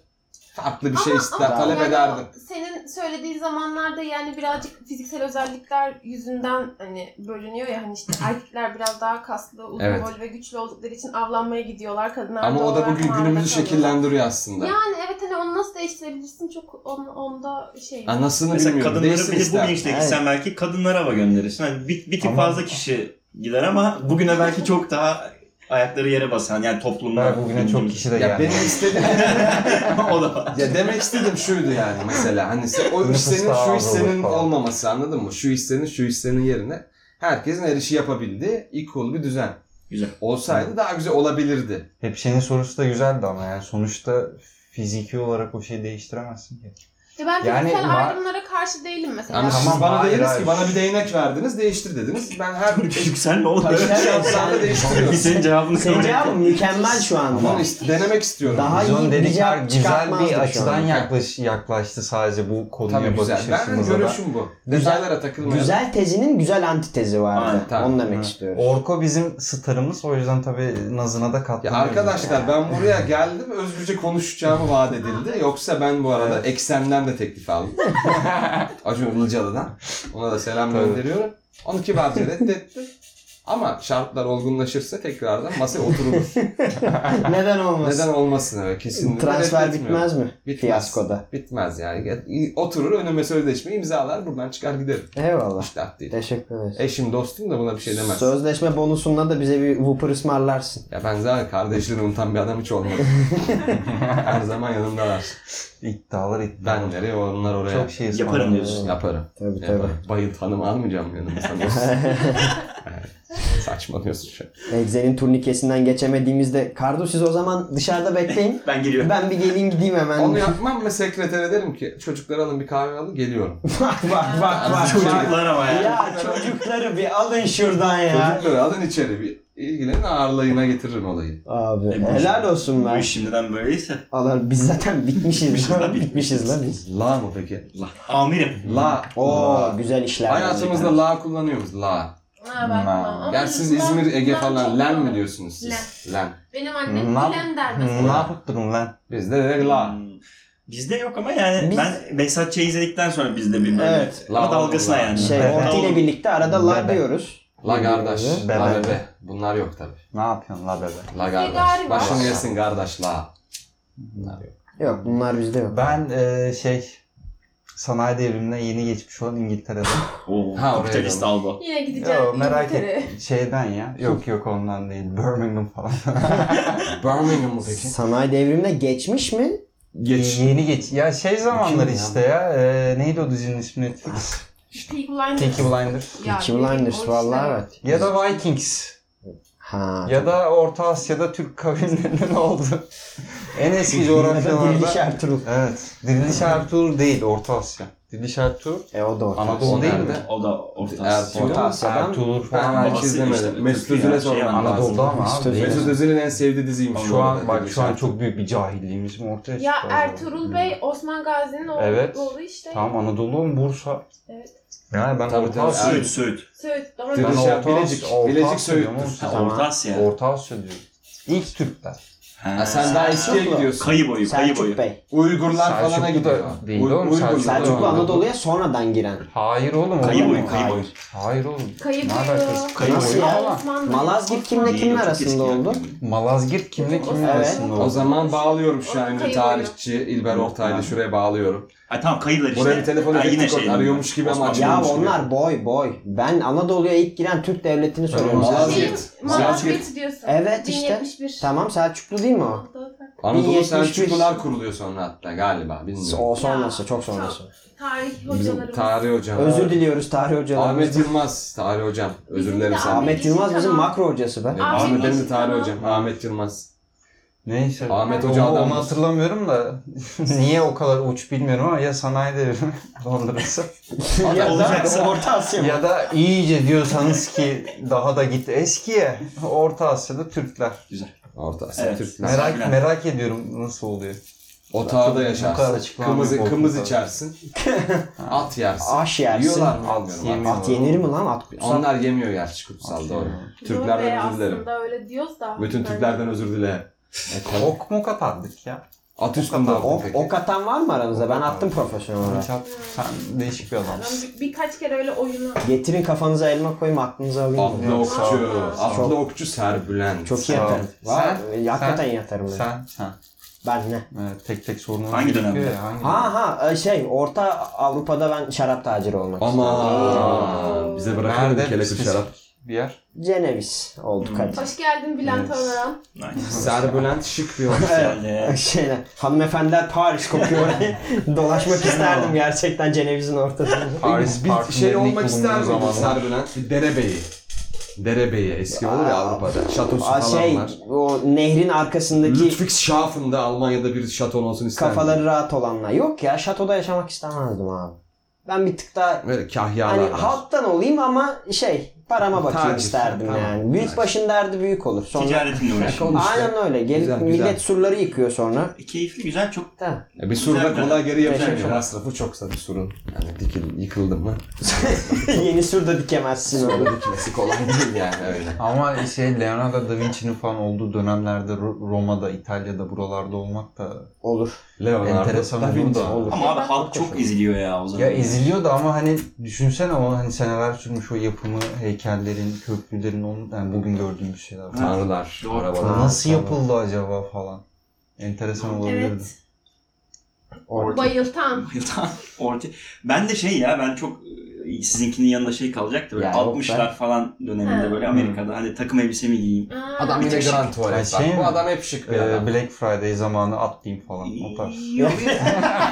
S3: farklı bir şey ister,
S1: ama
S3: talep
S5: yani
S3: ederdim.
S5: o Senin söylediğin zamanlarda yani birazcık fiziksel özellikler yüzünden hani bölünüyor ya hani işte erkekler biraz daha kaslı, uzun
S3: Evet.
S5: boylu ve güçlü oldukları için avlanmaya gidiyorlar. Kadınlar
S3: Ama
S5: doğal
S3: o da
S5: olarak
S3: bugün
S5: mağarada
S3: günümüzü
S5: kalıyorlar.
S3: şekillendiriyor aslında.
S5: Yani evet hani onu nasıl değiştirebilirsin çok on, onda şey. yok.
S3: Anasını
S2: Mesela
S3: bilmiyorum.
S2: kadınları
S3: Değişsin
S2: bir de bu
S3: isterdim.
S2: gençteki
S1: Evet.
S2: sen belki kadınlara hava gönderirsin. Hani bir, bir tık
S4: Ama-
S2: fazla kişi gider ama bugüne belki çok daha ayakları yere basan yani toplumda.
S4: Ben bugüne çok
S6: şey
S4: kişi de
S3: Ya
S4: geldi.
S3: benim istediğim
S2: o da var.
S3: Ya demek istediğim şuydu yani mesela hani se- o iş
S4: Nüfus
S3: senin
S4: daha
S3: şu iş
S4: az olur
S3: senin
S4: falan.
S3: olmaması anladın mı? Şu iş senin şu iş senin yerine herkesin her işi yapabildiği equal bir düzen.
S2: Güzel.
S3: Olsaydı daha güzel olabilirdi.
S4: Hep senin sorusu da güzeldi ama yani sonuçta fiziki olarak o şeyi değiştiremezsin ki.
S5: Ya ben
S4: Yani
S5: fiziksel
S4: ma-
S5: ayrımlara karşı değilim mesela.
S3: Ama
S4: Tamam,
S3: siz bana
S4: hayır,
S3: dediniz
S4: hayır.
S3: ki bana bir değinek verdiniz değiştir dediniz. Ben her bir
S2: Yükselme oğlum.
S3: şanslarla değiştiriyorum.
S2: Biz senin cevabını
S1: Senin
S2: kavrayamayız.
S1: cevabın mükemmel şu anda.
S3: Bunu ist- denemek istiyorum.
S1: Daha
S4: Biz
S1: iyi
S4: onu
S1: bir
S4: dedik ya,
S1: cevap
S4: güzel
S1: çıkartmazdık
S4: bir
S1: şu
S4: açıdan
S1: an.
S4: yaklaş, yaklaştı sadece bu konuya
S3: Tabii
S4: bakış
S3: güzel. Ben
S4: açımıza da.
S3: görüşüm bu.
S1: Güzel-
S3: Detaylara takılmayalım.
S1: Güzel tezinin güzel antitezi vardı.
S2: Aynen,
S3: tamam.
S1: Onu demek
S4: Ha.
S1: istiyorum.
S4: Orko bizim starımız o yüzden tabii nazına da
S3: Ya
S4: katlanıyoruz.
S3: arkadaşlar ben buraya geldim özgürce konuşacağımı vaat edildi. Yoksa ben bu arada eksenden de teklif aldım. Acun Ilıcalı'dan. Ona da selam
S4: Tabii.
S3: gönderiyorum. Onu kibarca reddetti. Ama şartlar olgunlaşırsa tekrardan masaya oturulur.
S1: Neden olmasın?
S3: Neden olmasın öyle kesinlikle
S1: Transfer
S3: reddetmiyorum.
S1: bitmez mi?
S3: Bitmez.
S1: Fiyaskoda.
S3: Bitmez yani. Oturur önüme sözleşme imzalar buradan çıkar giderim.
S1: Eyvallah.
S3: Hiç dert değil.
S1: Teşekkür ederiz.
S3: Eşim dostum da buna bir şey demez.
S1: Sözleşme bonusunda da bize bir whooper ısmarlarsın.
S3: Ya ben zaten kardeşleri unutan bir adam hiç olmadım. Her zaman yanımdalar.
S4: İddialar iddialar.
S3: Ben nereye onlar oraya.
S4: Çok şey
S2: Yaparım diyorsun.
S3: Yaparım.
S1: Tabii tabii.
S3: Yaparım. Bayılt hanım almayacağım yanıma sanıyorsun. Saçmalıyorsun şu an.
S1: Egze'nin turnikesinden geçemediğimizde Kardo siz o zaman dışarıda bekleyin.
S2: Ben geliyorum.
S1: Ben bir geleyim gideyim hemen.
S3: Onu yapmam ve sekretere derim ki çocukları alın bir kahve alın geliyorum.
S1: bak bak bak bak.
S2: Çocuklar ama ya.
S1: Ya çocukları bir alın şuradan ya.
S3: Çocukları alın içeri bir ilgilenin ağırlığına getiririm olayı.
S1: Abi
S2: E, bu-
S1: helal olsun
S2: Bu
S1: lan.
S2: iş şimdiden böyleyse.
S1: Allah biz zaten bitmişiz.
S2: Bitmişiz lan, bitmişiz.
S1: bitmişiz lan biz.
S3: La mı peki?
S2: Allah. Amirim.
S3: La.
S1: Oo
S3: La.
S1: güzel işler.
S3: Hayatımızda la kullanıyoruz la.
S5: Ha, ben
S4: Hmm.
S5: tamam. Ama
S3: Gerçi siz
S5: ben-
S3: İzmir, Ege
S5: ben çok-
S3: falan len mi diyorsunuz
S5: Len.
S3: siz? Len.
S5: Benim annem
S4: Lan-
S5: Bilen der mesela.
S4: Ne yapıp durun lan?
S3: Biz de direkt la.
S2: Hmm. Bizde yok ama yani
S1: Biz-
S2: ben Behzatçı'yı izledikten sonra bizde bir böyle.
S1: Evet.
S2: Ama
S3: La-
S2: dalgasına
S3: la-
S2: yani.
S1: Şey
S2: Dalga-
S1: Orti ile birlikte arada la
S4: Bebe.
S1: diyoruz.
S3: La kardeş.
S4: Bebe.
S3: La bebe. Bunlar yok tabi.
S4: Ne yapıyorsun la bebe?
S3: La
S5: gari
S3: kardeş.
S5: var.
S3: Başını yesin kardeş la. Bunlar yok.
S1: Yok bunlar bizde yok.
S4: Ben e, şey sanayi devrimine yeni geçmiş olan İngiltere'de.
S2: Oo,
S3: Ha, oraya
S2: kapitalist
S3: doğru.
S2: alba.
S5: Yine gideceğim.
S4: Yo, merak
S5: İngiltere'ye.
S4: et. Şeyden ya. Yok yok ondan değil. Birmingham falan.
S3: Birmingham mı peki?
S1: Sanayi devrimine geçmiş mi?
S3: Geç.
S4: Yeni geç. Ya şey zamanlar
S3: Kim ya?
S4: işte ya. E, neydi o dizinin ismi Netflix?
S5: Peaky Blinders.
S4: Peaky Blinders.
S5: Ya,
S1: Peaky
S5: dedim, o
S1: Blinders
S5: işler.
S1: vallahi evet.
S4: Ya da Vikings.
S1: Ha.
S4: Ya da Orta Asya'da Türk kavimlerinin oldu. en eski coğrafyalarda.
S1: Ertuğrul.
S4: Evet. Diriliş Ertuğrul değil Orta Asya. Diriliş Ertuğrul
S1: E o da orta.
S4: Anadolu değil mi?
S3: nerede?
S2: O da orta.
S3: Ertuğrul.
S1: Orta Asya'dan
S4: Ertuğrul
S3: Ben
S4: falan.
S3: herkes
S2: babası
S3: izlemedim.
S2: işte,
S3: Mesut
S2: Türkiye,
S3: Özil'e
S2: şey,
S3: sorman
S4: Anadolu'da
S3: lazım.
S4: ama
S1: Mesut
S4: abi.
S1: Özil.
S3: Mesut Özil'in en sevdiği diziymiş.
S4: Şu an bak şu an çok büyük bir cahilliğimiz mi ortaya
S5: Ya
S4: çıktı? acaba?
S5: Ertuğrul Bey
S3: Hmm.
S5: Osman Gazi'nin oğlu
S4: Evet.
S5: oğlu işte.
S4: Tamam Anadolu mu Bursa?
S5: Evet.
S4: Yani ben
S3: Tabii,
S4: Orta
S3: tabii.
S4: Asya.
S2: Söğüt, Söğüt.
S5: Söğüt. Doğru.
S4: Ben
S3: Diriliş-
S4: Orta Asya-
S3: Bilecik-
S4: Orta
S3: Bilecik
S4: Asya diyorum
S3: Söğüt'tür.
S2: Ha,
S1: Tamam.
S2: Orta Asya.
S4: oğlum. Orta Asya diyorum. İlk Türkler.
S2: He.
S3: Ha, sen daha eskiye
S1: Selçuklu.
S3: gidiyorsun.
S2: Kayı boyu, kayı
S1: Selçuk
S2: boyu.
S1: Bey.
S3: Uygurlar
S6: Selçuklu
S3: falana
S6: da
S3: gidiyor.
S6: değil oğlum, Selçuklu da
S1: Selçuklu
S6: var.
S1: Anadolu'ya sonradan giren.
S6: Hayır oğlum.
S2: Kayı
S6: olur
S2: boyu,
S6: mu?
S2: kayı boyu.
S6: Hayır oğlum.
S5: Kayı
S6: Ne
S5: boyu.
S6: alakası?
S2: Kayı
S1: Nasıl
S2: boyu.
S1: ya?
S5: Osmanlı.
S1: Malazgirt kimle
S2: Değil,
S1: kimin
S2: o çok eski
S1: arasında oldu?
S2: yani.
S6: Malazgirt kimle kimin
S5: Evet.
S6: arasında
S3: O
S6: oldu?
S3: zaman bağlıyorum şu an
S5: Orada
S3: ünlü
S5: kayı
S3: tarihçi İlber Ortaylı şuraya bağlıyorum.
S2: Ha tamam kayılar işte.
S3: Buraya bir telefonu
S2: Ha, yine
S3: yine
S2: şey.
S3: arıyormuş gibi ama
S1: Ya
S3: açmamış gibi.
S1: onlar boy boy. Ben Anadolu'ya ilk giren Türk devletini söylüyorum.
S3: Malazgirt.
S1: Selçuk-
S5: Malazgirt. Şey, Malazgirt diyorsun.
S1: Evet işte.
S5: 1071.
S1: Tamam Selçuklu değil mi o?
S3: Anadolu
S1: 1071.
S3: Selçuklular kuruluyor sonra hatta galiba bilmiyorum.
S1: O sonrası, çok sonrası.
S5: Tarih
S3: Bizim
S5: hocalarımız.
S3: tarih hocam.
S1: Özür diliyoruz tarih hocalarımız.
S3: Ahmet Yılmaz tarih hocam. Özür
S5: Bizim
S3: dilerim
S5: de
S3: sen.
S5: Ahmet-
S1: Ahmet Yılmaz bizim makro hocası be.
S3: Evet,
S5: Ahmet
S3: Ahmet benim de
S5: Yılmaz.
S3: tarih hocam. Ahmet Yılmaz.
S4: Neyse.
S3: Ahmet
S4: O-
S3: Hoca adam.
S4: Onu hatırlamıyorum da niye o kadar uç bilmiyorum ama ya sanayi devrimi Londra'sı
S1: Ya da
S2: Olacaksa-
S1: Orta Asya mı?
S4: ya da iyice diyorsanız ki daha da git eskiye Orta Asya'da Türkler.
S3: Orta Asya
S2: Evet.
S3: Türkler.
S2: Mesela
S4: Merak
S2: Bülent.
S4: merak ediyorum nasıl oluyor.
S3: Otağda
S4: Bu kadar
S3: yaşarsın.
S4: açıklamam
S3: Kımızı,
S4: yok.
S3: kımız
S4: Bu kadar.
S3: içersin. At yersin.
S1: Aş yersin.
S3: Yiyorlar mı?
S4: At
S3: bilmiyorum.
S4: yemiyor.
S1: At yenir mi lan? At kutsal.
S3: Onlar yemiyor gerçi kutsal doğru. Türklerden özür dilerim.
S5: Aslında öyle diyoruz da.
S3: Bütün Türklerden özür dile.
S4: Ok mu katardık ya?
S3: At üstünde aldın
S1: Ok,
S3: peki.
S1: ok atan var mı aranızda? Ben attım profesyonel olarak.
S4: Sen, sen değişik bir adamsın.
S5: Ben bir- birkaç kere öyle oyunu
S1: Getirin kafanıza elma koyayım aklınıza alayım.
S3: Atlı
S1: dedim.
S3: okçu.
S5: Aa.
S3: Atlı okçu Serbülent.
S1: Çok iyi
S4: Sağ ol.
S1: yatarım.
S4: Sen?
S1: Sen, Hakikaten yatarım ben.
S4: Sen, sen.
S1: Ben ne?
S4: Evet, tek tek sorunlar
S2: Hangi
S4: gerekiyor
S2: dönemde?
S4: ya, hangi
S1: Ha ha e, şey Orta Avrupa'da ben şarap taciri olmak
S3: Ama bize bırakın
S4: Nerede?
S3: bir kelebek
S4: Spesifik.
S3: şarap.
S4: bir yer?
S1: Ceneviz olduk hadi.
S5: Hoş geldin Bülent
S4: Evet.
S5: Alaran.
S2: Nice.
S3: Serbülent şık bir ok.
S2: Güzel. e,
S1: Şeyler, hanımefendiler Paris kokuyor. Dolaşmak isterdim gerçekten Ceneviz'in ortasında.
S4: Paris
S3: bir şey
S4: parfümlerinin
S3: olmak
S4: ilk
S3: ister
S4: bulunduğu
S3: miydin
S4: zamanlar.
S3: Serbülent? Bir derebeyi. Derebeyi eski olur ya
S1: Aa.
S3: Avrupa'da. Şatosu
S1: Aa,
S3: falan
S1: şey
S3: var.
S1: o nehrin arkasındaki
S3: Ludwigshafen'da Almanya'da bir şaton olsun ister
S1: kafaları rahat olanlar. Yok ya şatoda yaşamak istemezdim abi. Ben bir tık daha
S3: miydin? Böyle kahyalar
S1: hani
S3: var.
S1: halktan olayım ama şey parama bakayım
S3: Tacir,
S1: isterdim
S3: tamam.
S1: yani. Büyük
S3: Tacir.
S1: başın derdi büyük olur. Sonra
S2: Ticaretinle uğraş.
S3: Konuş ya.
S1: Aynen öyle. Gelip
S3: Güzel, güzel.
S1: millet surları yıkıyor sonra.
S2: E, Keyifli, güzel, çok
S1: Tamam.
S3: Ya E, bir surda
S2: Güzel.
S3: kolay geri
S1: Güzel.
S3: yapamıyor. Masrafı çoksa bir surun. Yani dikil, yıkıldım mı?
S1: Yeni sur da dikemezsin onu.
S3: Surda dikilmesi kolay değil yani öyle.
S4: Ama şey Leonardo da Vinci'nin falan olduğu dönemlerde Ro- Roma'da, İtalya'da buralarda olmak da
S1: Olur.
S3: Leonardo
S4: Enteresan
S3: da Vinci.
S4: olur da.
S1: Olur.
S2: Ama abi halk çok eziliyor ya o zaman.
S4: Ya eziliyordu ama hani düşünsene o hani seneler sürmüş o yapımı, heykellerin, köprülerin onun yani bugün gördüğümüz şeyler. var.
S3: Tanrılar,
S2: Doğru.
S3: arabalar.
S1: Ha,
S4: Nasıl
S1: tamam.
S4: yapıldı acaba falan. Enteresan olabilirdi.
S5: Evet.
S1: Orta.
S5: Bayıltan.
S2: Yıldan orta. Ben de şey ya ben çok e, sizinkinin yanında şey kalacaktı böyle
S1: Ya yok
S2: 60'lar falan döneminde
S5: Ha.
S2: böyle Amerika'da hani takım elbise mi giyeyim?
S5: Aa,
S3: Adam yine Grand
S4: Yani
S3: Tuvalet.
S4: şey
S3: Bak,
S4: mi?
S3: bu adam hep şık bir
S4: Ee,
S3: adam.
S4: Black Friday zamanı atlayayım falan. O tarz.
S2: Yok.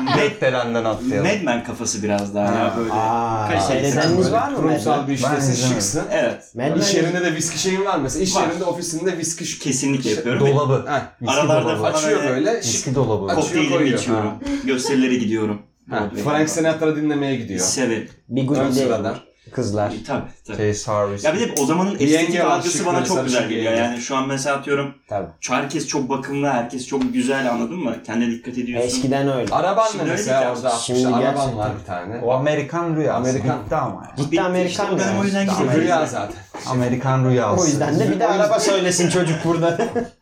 S2: Mad-
S4: Gökdelenden atlayalım.
S2: Madman kafası biraz daha ya böyle.
S1: Aa,
S2: Kaç
S1: seyredeniniz
S3: Böyle
S1: var mı?
S3: Kurumsal
S1: Medmen?
S3: bir
S4: Ben
S3: iştesin
S4: izlemedim.
S3: şıksın.
S2: Evet.
S1: Medmen-
S3: İş Ee, yerinde de viski şeyin var mesela. İş
S2: Var.
S3: yerinde ofisinde viski şey- şu
S2: Kesinlikle yapıyorum. Ve
S4: Dolabı.
S3: Heh,
S4: Viski
S2: Aralarda
S4: dolabı.
S2: falan-
S3: açıyor böyle. şık.
S4: Viski dolabı.
S3: Açıyor,
S2: kokteylimi
S3: koyuyor.
S2: içiyorum. Gösterilere gidiyorum.
S3: Ha,
S2: Broadway'den.
S3: Frank Sinatra dinlemeye gidiyor.
S2: Severim. E,
S1: Bir
S3: Ön
S1: grup
S3: sıradan.
S1: kızlar.
S2: Tabii tabii.
S4: Şey Sarvis.
S2: Ya bir de o zamanın
S3: Bir
S2: estetik
S3: yenge var,
S2: algısı
S3: şık
S2: bana
S3: böyle
S2: çok
S3: sarışın
S2: güzel
S3: bir
S2: geliyor.
S3: yenge.
S2: Yani şu an mesela atıyorum
S1: Tabii.
S2: herkes çok bakımlı, herkes çok güzel anladın mı? Kendine dikkat ediyorsun.
S1: Eskiden öyle.
S3: Araban
S2: Şimdi
S3: ne
S2: öyle
S3: mesela
S2: diyeceğim.
S3: orada
S1: Şimdi
S3: atmışlar. Araban
S1: gerçekten.
S3: var bir tane.
S4: O Amerikan rüyası.
S3: Amerikan.
S4: Bitti ama ya.
S1: Ciddi
S2: Bitti
S1: Amerikan
S2: işte, o dönem
S1: yani.
S2: o yüzden
S1: Ciddi
S2: gidiyor.
S1: Amerikan.
S3: Rüya zaten.
S4: Şey, Amerikan rüyası.
S1: O yüzden de bir de araba söylesin çocuk burada.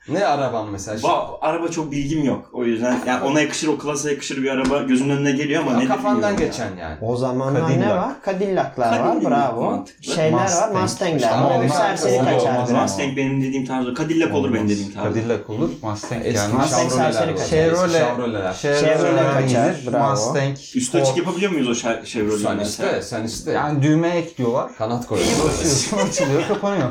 S3: Ne araban mesela? Şimdi-
S2: Ba- araba çok bilgim yok. O yüzden yani ona yakışır, o klasa yakışır bir araba gözünün önüne geliyor ama
S3: Ya
S2: nedir
S3: kafandan
S2: bilmiyorum
S3: geçen yani.
S1: o zamanlar ne
S4: Cadillac.
S1: var? Cadillac'lar var.
S2: Cadillac
S1: Bravo.
S2: mantıklı.
S1: Şeyler var.
S4: Mustang.
S1: Mustang'ler
S3: Ama
S1: var. Onlar
S3: onlar-
S1: serseri
S3: onlar
S1: kaçar
S4: olmaz.
S2: ya.
S1: biraz.
S2: Mustang benim dediğim tarz. değil. Cadillac olur benim dediğim tarz.
S4: Cadillac olur. Mustang
S3: Eski
S4: yani.
S1: Mustang
S3: Chevrolet'ler
S1: serseri
S3: var.
S1: kaçar.
S4: Chevrolet.
S3: Chevrolet'ler.
S1: Chevrolet kaçar,
S4: gider,
S1: bravo.
S4: Mustang.
S2: Üstü
S4: Ford.
S2: açık yapabiliyor muyuz o şa- Chevrolet'i
S3: Sen
S2: mesela?
S3: iste, sen iste.
S4: Yani düğme ekliyorlar.
S3: Kanat koyuyor.
S4: Basıyorsun açılıyor kapanıyor.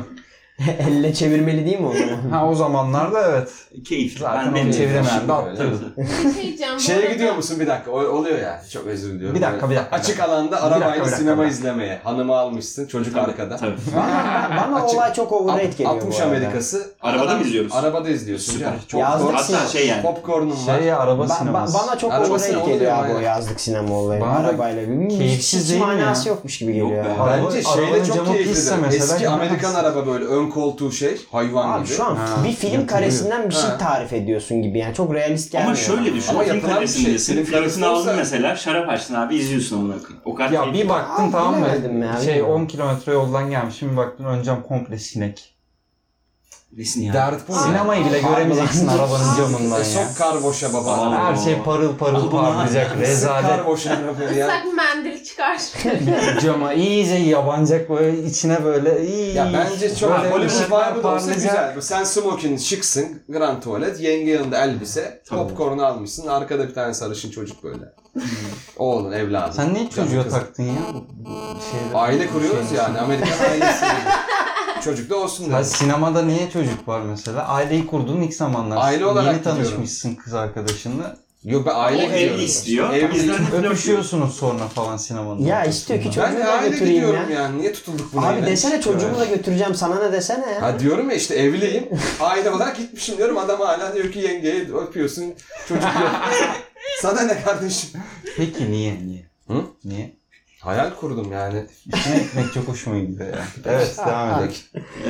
S1: Elle çevirmeli değil mi o zaman?
S4: Ha o zamanlarda evet.
S2: Keyifli.
S4: Zaten
S2: ben
S4: onu
S2: de
S4: çeviremeyen de
S2: Tabii,
S4: atlıyordu.
S2: tabii.
S5: Bir şey diyeceğim. bu
S3: Şeye
S5: arada-
S3: gidiyor musun bir dakika? O- oluyor ya. Çok özür diliyorum.
S4: Bir dakika,
S3: Böyle
S4: bir dakika, bir
S3: Açık
S4: dakika.
S3: alanda
S4: Bir dakika, bir
S3: arabayla
S4: dakika,
S3: sinema
S4: bir dakika.
S3: izlemeye. Hanımı almışsın. Çocuk arkada.
S2: Tabii.
S1: bana bana
S3: Açık.
S1: olay çok overrate geliyor
S3: 60
S1: bu arada.
S3: Amerikası.
S2: Arabada
S3: Adam-
S2: mı izliyoruz?
S3: Arabada izliyorsun.
S2: Süper.
S3: canım.
S2: Çok
S1: Yazlık
S2: doğru. Hatta
S1: sinema.
S2: şey yani.
S3: Popcorn'un var.
S4: Şey ya araba
S1: Ba- ba-
S4: sineması.
S1: bana çok
S3: Arabası
S1: overrated
S3: oluyor
S1: geliyor abi
S3: ya.
S1: o yazlık sinema olayı.
S4: Bana da
S1: Arabayla bir
S4: keyifsiz
S1: hiç
S4: değil mi
S1: manası
S4: ya?
S1: yokmuş gibi geliyor.
S2: Yok be.
S1: ya.
S4: Araba-
S3: Bence şey
S4: arabanın
S3: de çok
S4: camı pisse
S3: keyiflidir.
S4: mesela
S3: Eski
S4: görmez.
S3: Amerikan araba böyle ön koltuğu şey hayvan
S1: Abi
S3: gibi.
S1: şu an
S4: Ha,
S1: bir film
S4: yatırıyor.
S1: karesinden bir şey
S3: Ha.
S1: tarif ediyorsun gibi yani çok realist gelmiyor.
S2: Ama şöyle düşün.
S3: Ama
S2: film
S3: yapılan bir şey.
S2: karesini
S3: Film
S2: Film karısını
S3: karesi olsa-
S2: aldın mesela. Şarap açtın abi izliyorsun onu. O kadar
S4: Ya
S2: keyifli.
S4: bir baktın
S1: Abi
S4: tamam mı?
S1: bilemedim ya,
S4: şey
S1: bilmiyorum.
S4: 10 kilometre yoldan gelmişim bir baktın ön cam komple sinek.
S2: Nesin ya?
S3: Dert bu mu?
S4: Sinemayı bile
S1: Harbiden.
S4: göremeyeceksin arabanın camından
S3: E,
S4: ya.
S3: sok kar boşa
S2: Aa,
S3: baba.
S4: Her şey parıl parıl
S2: Aman.
S4: parlayacak.
S3: Sok
S4: Rezalet.
S3: kar boşa yapıyor ya.
S5: Islak mendil çıkar.
S4: Cama iyice yabanacak böyle içine böyle iyi.
S3: Ya bence çok
S4: Böyle şey
S3: Hollywood
S4: ışıklar
S3: vibe'ı da olsa
S4: parlayacak.
S3: güzel. Sen smokin şıksın, grand tuvalet, yenge yanında elbise,
S2: Tabii.
S3: popcorn almışsın, arkada bir tane sarışın çocuk böyle. Oğlun, evladın.
S4: Hmm. Sen niye
S3: canım
S4: çocuğa
S3: kızım.
S4: taktın ya? Bu şey, şeyleri-
S3: Aile kuruyoruz
S4: şeyin
S3: yani,
S4: içinde.
S3: Amerikan ailesi. çocuk da olsun
S4: Ha,
S3: dedim.
S4: şey. sinemada niye çocuk var mesela? Aileyi kurduğun ilk zamanlar.
S3: Aile olarak
S4: Yeni tanışmışsın kız arkadaşınla.
S3: Yok ben
S2: O
S3: aile
S2: evli
S3: gidiyorum.
S2: istiyor.
S3: Evli.
S2: Bizler de flört ediyoruz.
S4: Öpüşüyorsunuz sonra falan sinemada.
S1: Ya istiyor ki
S3: Ben
S1: çocuğu
S3: de
S1: da
S3: aile
S1: götüreyim ya.
S3: gidiyorum yani. Niye tutulduk buna?
S1: Abi
S3: yine?
S1: desene çocuğumu da götüreceğim sana ne desene ya.
S3: Ha diyorum ya işte evliyim. Aile olarak gitmişim diyorum. Adam hala diyor ki yengeyi öpüyorsun. Çocuk yok. Sana ne kardeşim?
S4: Peki niye niye?
S3: Hı?
S4: Niye?
S3: Hayal kurdum yani.
S4: İçine ekmek çok hoşuma gidiyor ya. Evet devam edelim.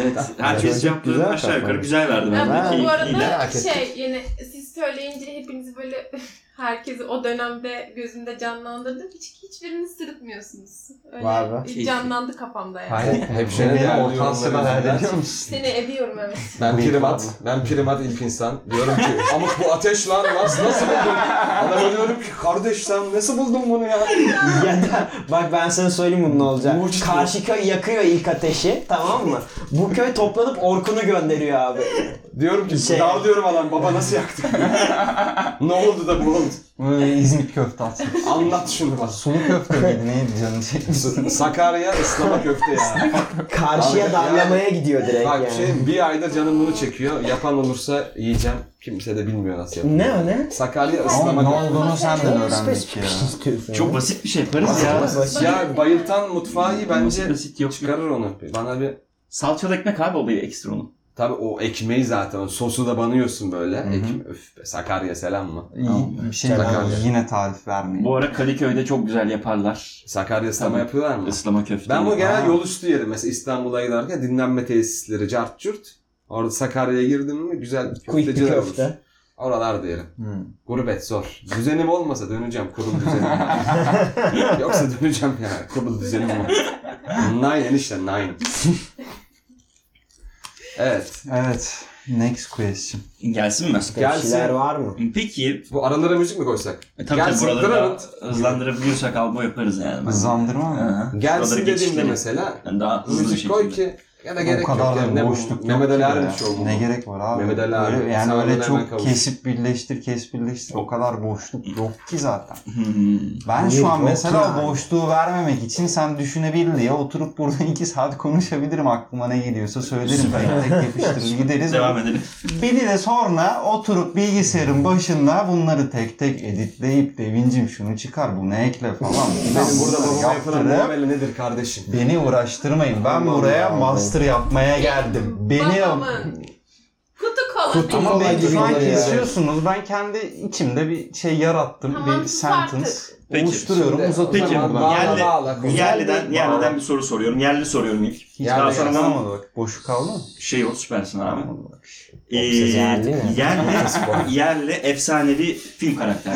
S2: Evet. Herkes
S1: Güzel
S2: cevaplarını
S1: kafa.
S2: aşağı yukarı güzel verdi
S5: Ben
S2: bence.
S5: bu- bu
S2: Keyifliydi.
S5: arada
S4: Merak ettim.
S5: şey yani siz söyleyince hepinizi böyle herkesi o dönemde gözümde canlandırdım. Hiç hiçbiriniz sırıtmıyorsunuz. Öyle
S1: Vay be.
S5: bir canlandı kafamda yani.
S4: Hayır.
S3: Hep
S4: Şey
S3: şeyleri
S4: benim
S3: değerliyorum
S4: orta sıra
S3: onların
S4: hayal
S3: yüzünden.
S4: ediyor musun?
S5: Seni ediyorum evet.
S3: Ben
S4: Bıyık
S3: primat.
S4: var mı?
S3: Ben primat ilk insan. Diyorum ki ama bu ateş lan nasıl, nasıl buldun? Adama diyorum ki kardeş sen nasıl buldun bunu ya?
S1: ya da bak ben sana söyleyeyim bunun ne olacak.
S3: Mucit bu.
S1: Karşı köy yakıyor ilk ateşi tamam mı? Bu köy toplanıp Orkun'u gönderiyor abi.
S3: Diyorum ki
S1: Şey-
S3: dal diyorum adam baba nasıl yaktın? ne oldu da bu oldu?
S4: Böyle İzmit köfte atsın.
S3: Anlat şunu bana.
S4: Sulu köfte miydi neydi canım?
S3: S- Sakarya ıslama köfte ya.
S1: Karşıya
S3: Abi,
S1: darlamaya gidiyor direkt
S3: Bak
S1: yani.
S3: şey bir ayda canım bunu çekiyor. Yapan olursa yiyeceğim. Kimse de bilmiyor nasıl yapılır.
S1: Ne o ne?
S3: Sakarya
S4: Ama
S3: ıslama
S4: ne
S3: köfte.
S4: olduğunu senden öğrendik
S1: Spesifik
S4: ya.
S1: bir şey istiyorsun.
S2: Çok
S1: ya.
S2: basit bir şey yaparız ya.
S1: basit.
S3: Ya bayıltan mutfağı iyi bence
S2: basit yok.
S3: çıkarır onu. Bana bir
S2: Salçalı ekmek abi o bir ekstra onun.
S3: Tabii o ekmeği zaten o sosu da banıyorsun böyle.
S4: Hı hı.
S3: Ekme, öf be, Sakarya selam mı?
S4: İyi, bir şey
S3: Sakal
S4: var.
S3: ya.
S4: Yine tarif vermeyin.
S2: Bu ara Kadıköy'de çok güzel yaparlar.
S3: Sakarya
S2: Tabii.
S3: selam yapıyorlar mı?
S2: Islama köfte.
S3: Ben bu genel
S4: Ha.
S3: yol üstü yerim. Mesela İstanbul'a giderken dinlenme tesisleri cart curt. Orada Sakarya'ya girdim mi güzel
S1: Quick bir
S3: köfteciler olur.
S1: köfte.
S3: Oralarda yerim.
S4: Hı.
S3: Gurbet zor. Düzenim olmasa döneceğim kurul düzenim. Yoksa döneceğim yani. Kurul düzenim var. Nine enişte nine. evet.
S4: Evet. Next question.
S2: Gelsin mi?
S1: Gelsin.
S3: Gelsin.
S1: var mı?
S2: Peki.
S3: Bu aralara müzik mi koysak?
S2: E, tabii
S3: Gelsin,
S2: ki buraları da
S3: Grant.
S2: hızlandırabiliyorsak albo yaparız yani.
S4: Hızlandırma mı?
S2: Aha. Buraları
S3: Gelsin dediğimde
S2: geçiştirelim.
S3: mesela
S2: Yani daha hızlı bir
S3: müzik
S2: şekilde.
S3: koy ki ya da
S4: o
S3: gerek yok.
S4: kadar da
S3: Yani ne bu-
S4: boşluk yok.
S3: Mehmet Ali
S4: ki
S3: Erbil
S4: ya.
S3: şovu mu?
S4: Ne gerek var abi?
S3: Mehmet Ali Erbil.
S4: Öyle- yani
S3: Sen
S4: öyle
S3: oradan hemen
S4: çok
S3: kavuş.
S4: kesip birleştir, kesip birleştir. O kadar boşluk yok ki zaten.
S2: Hmm.
S4: Ben
S1: Yok,
S4: şu an
S1: yok
S4: mesela
S1: yani.
S4: o boşluğu vermemek için sen düşünebil diye oturup burada iki saat konuşabilirim. Aklıma ne geliyorsa söylerim. Ben tek yapıştırır gideriz.
S2: Devam edelim.
S4: Beni de sonra oturup bilgisayarın başında bunları tek tek editleyip Devincim şunu çıkar bunu ekle falan. filan
S3: Benim burada
S4: bunları
S3: babama yapılan
S4: yaptırıp-
S3: muamele nedir kardeşim?
S4: Beni uğraştırmayın. Ben
S3: Aman
S4: buraya
S3: Allah'ım.
S4: master yapmaya geldim. Beni
S5: Babamın kutu kola.
S1: Kutu
S5: Kutu
S4: ama
S1: kola
S4: beni
S1: gibi
S4: şu an
S1: oluyor.
S4: kesiyorsunuz. Ben kendi içimde bir şey yarattım.
S5: Tamam,
S4: bir sentence
S5: artık.
S2: Peki.
S4: oluşturuyorum.
S3: Şimdi,
S4: uzatıyorum.
S2: Peki.
S3: o zaman
S4: buradan.
S3: bağla,
S2: Yerli-
S3: bağla, konuş.
S2: Yerliden, yerliden bir soru soruyorum. Yerli soruyorum ilk.
S4: Hiç
S3: Yerli
S2: daha
S4: daha
S2: sonra ben
S4: sonra bak. Boşu kaldı mı?
S2: şey ol süpersin abi. Ee,
S1: Siz yerli mi?
S2: yerli, yerli efsanevi film karakteri.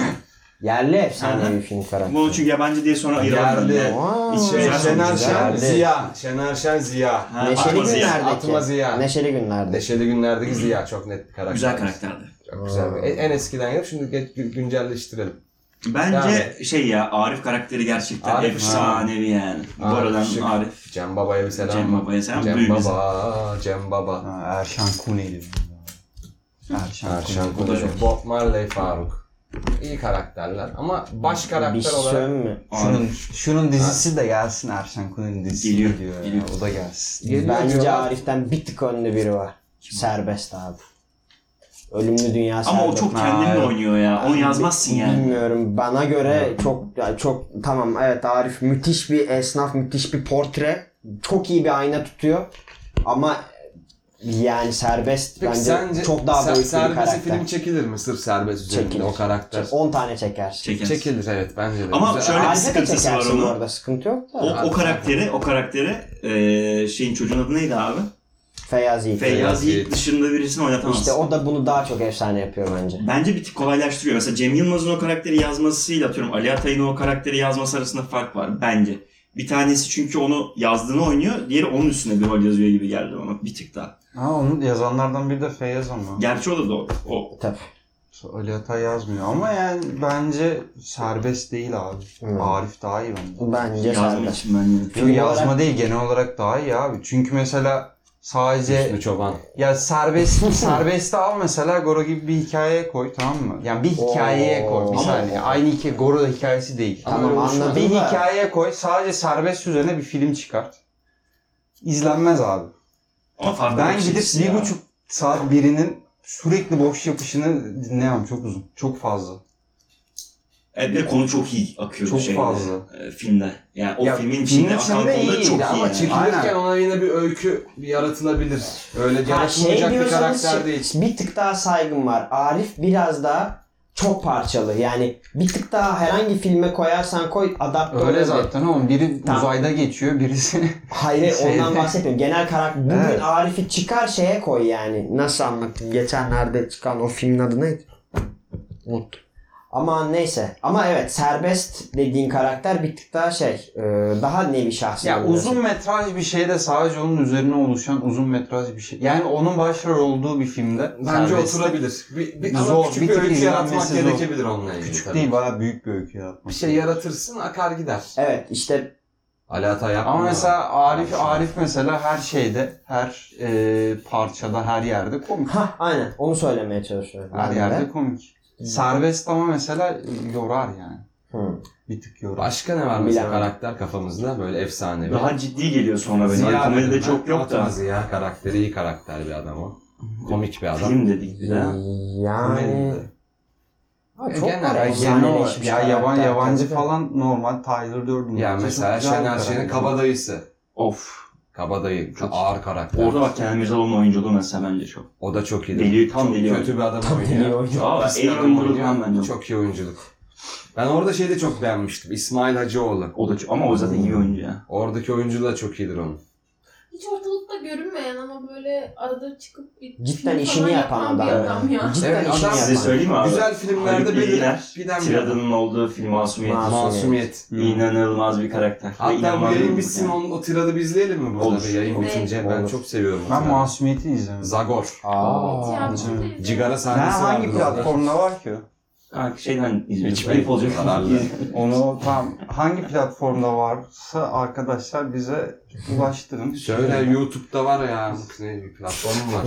S1: Yerli efsane
S2: Aynen.
S1: bir film karakteri.
S2: Bu çünkü yabancı diye sonra ayıralım.
S3: Yerli.
S2: Yani.
S1: Vay.
S2: İçi
S3: Şey,
S2: Güzel
S3: Şener
S2: sonucu,
S3: Şen
S1: Yerli.
S3: Ziya. Şener Şen Ziya.
S2: Ha,
S1: Neşeli
S2: Atma Ziya.
S1: günlerdeki.
S3: Atma Ziya.
S1: Neşeli günlerde.
S3: Neşeli günlerdeki Ziya çok net bir karakter.
S2: Güzel karakterdi.
S3: Çok güzel. bir- En, en eskiden yapıp şimdi geç- gü- güncelleştirelim.
S2: Bence şey ya Arif karakteri gerçekten
S3: Arif,
S2: efsanevi yani. Bu
S3: Arif
S2: aradan
S3: Şık.
S2: Arif.
S3: Cem Baba'ya bir selam.
S2: Cem Baba'ya selam.
S3: Cem
S2: Büyük bir-
S3: Baba. Cem Baba.
S4: Ha, Erşan Kuneli. Erşan,
S3: Erşan
S2: Bu da
S3: Kuneri, Bob Marley, Faruk. İyi karakterler ama baş
S1: Bir
S3: karakter
S1: şey
S3: olarak
S1: söyleyeyim mi?
S4: Şunun, şunun dizisi de gelsin Erşan Kuneli'nin dizisi
S2: Geliyor,
S4: geliyor. ya.
S2: geliyor.
S4: O da gelsin.
S3: Geliyor
S1: Bence
S3: diyorlar.
S1: Arif'ten bir tık önlü biri var. Serbest abi. Ölümlü Dünya
S2: Ama o
S1: Serbest.
S2: çok kendini de
S4: evet.
S2: oynuyor ya.
S1: Hani
S2: Onu yazmazsın yani.
S1: Bilmiyorum. Bana göre çok yani çok tamam evet Arif müthiş bir esnaf, müthiş bir portre. Çok iyi bir ayna tutuyor. Ama yani serbest
S3: Peki
S1: bence
S3: sence
S1: çok daha
S3: ser-
S1: boyutlu bir
S3: serbest
S1: karakter.
S3: film çekilir mi sırf serbest üzerinde
S1: Çekilir.
S3: o karakter?
S1: 10 tane çekersin.
S2: Çekersin.
S3: Çekilir evet bence de.
S2: Ama Şey, şöyle- bir
S1: Arif'e de
S2: sıkıntısı var
S1: çekersin
S2: onun.
S1: orada sıkıntı yok da.
S2: O, o karakteri, o karakteri eee şeyin çocuğun adı neydi abi?
S1: Feyyaz
S4: Ee,
S1: Yiğit.
S2: Feyyaz Yiğit
S3: Yiğit.
S2: dışında birisini oynatamazsın.
S1: İşte o da bunu daha çok efsane yapıyor bence.
S2: Bence bir tık kolaylaştırıyor. Mesela Cem Yılmaz'ın o karakteri yazmasıyla atıyorum Ali Atay'ın o karakteri yazması arasında fark var bence. Bir tanesi çünkü onu yazdığını oynuyor. Diğeri onun üstüne bir rol yazıyor gibi geldi bana bir tık daha.
S4: Ha onu yazanlardan biri de Feyyaz ama.
S2: Gerçi o da doğru. O.
S1: Tabii.
S4: Ali Atay yazmıyor ama yani bence serbest değil abi.
S1: Hmm.
S4: Arif daha iyi bence.
S1: Bence
S2: Yazma
S1: serbest.
S2: için bence.
S4: Yo,
S1: Genel
S4: yazma
S1: olarak-
S4: değil genel olarak daha iyi abi. Çünkü mesela sadece
S3: Hüsnü Çoban.
S4: ya serbest serbest al mesela Goro gibi bir hikayeye koy tamam mı? Yani bir hikayeye koy bir
S1: Oo.
S4: saniye. Aynı hikaye Goro da hikayesi değil.
S3: Ama
S1: Tamam
S3: öyle oluşmaz.
S1: anladım
S4: Bir
S1: da.
S4: hikayeye koy sadece serbest üzerine bir film çıkart. İzlenmez abi.
S2: Ama farklı
S4: Ben
S2: bakış
S4: gidip
S2: açısı
S4: bir
S2: ya.
S4: buçuk saat birinin sürekli boş yapışını dinleyemem. Çok uzun. Çok fazla.
S2: Evet, E, bir de konu çok iyi akıyor
S4: Çok
S2: şeyde,
S4: fazla.
S2: e, filmde. Yani o
S4: Ya,
S2: filmin
S4: filmin
S2: içinde
S4: içinde
S2: akan konuları
S4: iyiydi
S2: çok iyi.
S4: ama
S2: yani.
S4: çirkin-
S3: Çekilirken
S4: Aynen.
S3: ona yine bir öykü yaratılabilir. Öyle
S1: Ha, şey
S3: yaratılmayacak bir
S1: diyorsanız
S3: karakter
S1: şey-
S3: değil.
S1: Bir tık daha saygım var. Arif biraz daha çok parçalı. Yani bir tık daha herhangi filme koyarsan koy adapte
S4: Öyle
S1: olabilir.
S4: zaten oğlum. Biri
S1: Tamam.
S4: uzayda geçiyor, birisi...
S1: Hayır
S4: Şey-
S1: ondan bahsetmiyorum. Genel karakter. Bugün
S4: Evet.
S1: Arif'i çıkar şeye koy yani. Nasıl anlattım? Geçenlerde çıkan o filmin adı neydi? Unuttum. Ama neyse. Ama evet serbest dediğin karakter bir tık daha şey. e, Daha nevi şahsi.
S4: ya uzun metraj bir şeyde sadece onun üzerine oluşan uzun metraj bir şey. Yani onun başrol olduğu bir filmde...
S3: Bence
S4: serbest.
S3: oturabilir. Bir, bir,
S4: Zor,
S3: ama küçük
S4: bir
S3: bir,
S4: tık
S3: öykü yaratmak
S4: izlenmesi zor.
S3: gerekebilir onunla ilgili.
S4: Küçük
S3: tabii.
S4: değil, bayağı büyük bir öykü yaratmak.
S3: Bir şey yaratırsın akar gider.
S1: Evet işte
S3: Ali Atay yapma.
S4: Ama mesela Arif, Arif mesela her şeyde, her e, parçada, her yerde komik.
S1: ha aynen onu söylemeye çalışıyorum.
S4: Her
S1: ben de.
S4: yerde komik. Serbest ama mesela yorar yani.
S1: Hı.
S4: Bir tık yorar.
S3: Başka ne var mesela
S1: Bilemem.
S3: karakter kafamızda böyle efsanevi.
S2: Daha ciddi geliyor sonra benim.
S3: Ziya
S2: Yani komedide
S3: dedim ben.
S2: çok yok da.
S3: Atmaz Ziya karakteri iyi karakter bir adam o. Komik bir adam.
S2: Film dedik bir de.
S1: Yani Ha,
S3: E,
S1: çok
S3: genel-
S1: var
S4: Ya
S1: ya,
S4: genel olarak-
S1: sahneleşmiş
S4: ya yaban
S1: karakter
S4: yabancı
S1: tabii.
S4: falan normal Tyler Durden.
S3: Ya mesela Şener Şen'in kabadayısı.
S2: Of.
S3: Kabadayı
S2: Çok-
S3: ağır karakter.
S2: Orada bak Kenan Mirzalıoğlu'nun oyunculuğu mesela bence çok.
S3: O da çok iyi.
S2: Deli, tam
S3: çok
S2: deli
S3: kötü bir adam
S1: Tam deli
S3: oynuyor.
S1: oyuncu.
S2: Aa,
S3: Pis bir
S2: Alien
S3: adam
S2: Murdoch'un
S3: oynuyor.
S2: bence. Çok.
S3: Çok iyi oyunculuk. Ben orada şeyi de çok beğenmiştim. İsmail Hacıoğlu.
S2: O da çok. Ama o zaten iyi oyuncu ya.
S3: Oradaki oyunculuğu da çok iyidir onun.
S5: Hiç ortalıkta görünmeyen ama böyle arada çıkıp bir
S1: Cidden
S5: film
S1: işini
S5: falan
S1: yapan adam.
S5: bir adam ya.
S1: Cidden
S3: Evet,
S1: işini
S3: adam-
S2: Size
S1: yapan.
S2: söyleyeyim mi abi?
S3: Güzel filmlerde
S2: Haluk
S3: belir.
S2: Bilginer,
S3: Giden bir adam.
S2: Tirada'nın olduğu film Masumiyet.
S1: Masum.
S3: Masumiyet.
S2: İnanılmaz bir karakter. Ve
S3: Hatta bu
S2: inanılmaz bir
S3: yayın
S2: oyuncu
S3: bitsin
S2: yani.
S3: onun o tiradı bir izleyelim mi? Burada
S2: Olur.
S3: bir yayın
S5: Olur.
S3: bitince. Ben
S1: Olur.
S3: çok seviyorum. o
S4: Ben
S3: tiradı.
S4: Masumiyet'i izlemedim.
S3: Zagor.
S5: Evet ya,
S1: Aa.
S5: bir şey de izlemedim.
S3: Cigara
S4: Ne
S3: sahnesi var.
S4: hangi platformda var ki?
S2: Ha, şeyden izliyoruz.
S3: Hiç
S2: Ayıp olacak.
S3: kararlı.
S4: Onu tam hangi platformda varsa arkadaşlar bize ulaştırın.
S3: Şöyle YouTube'da var ya. Ne bir platform var.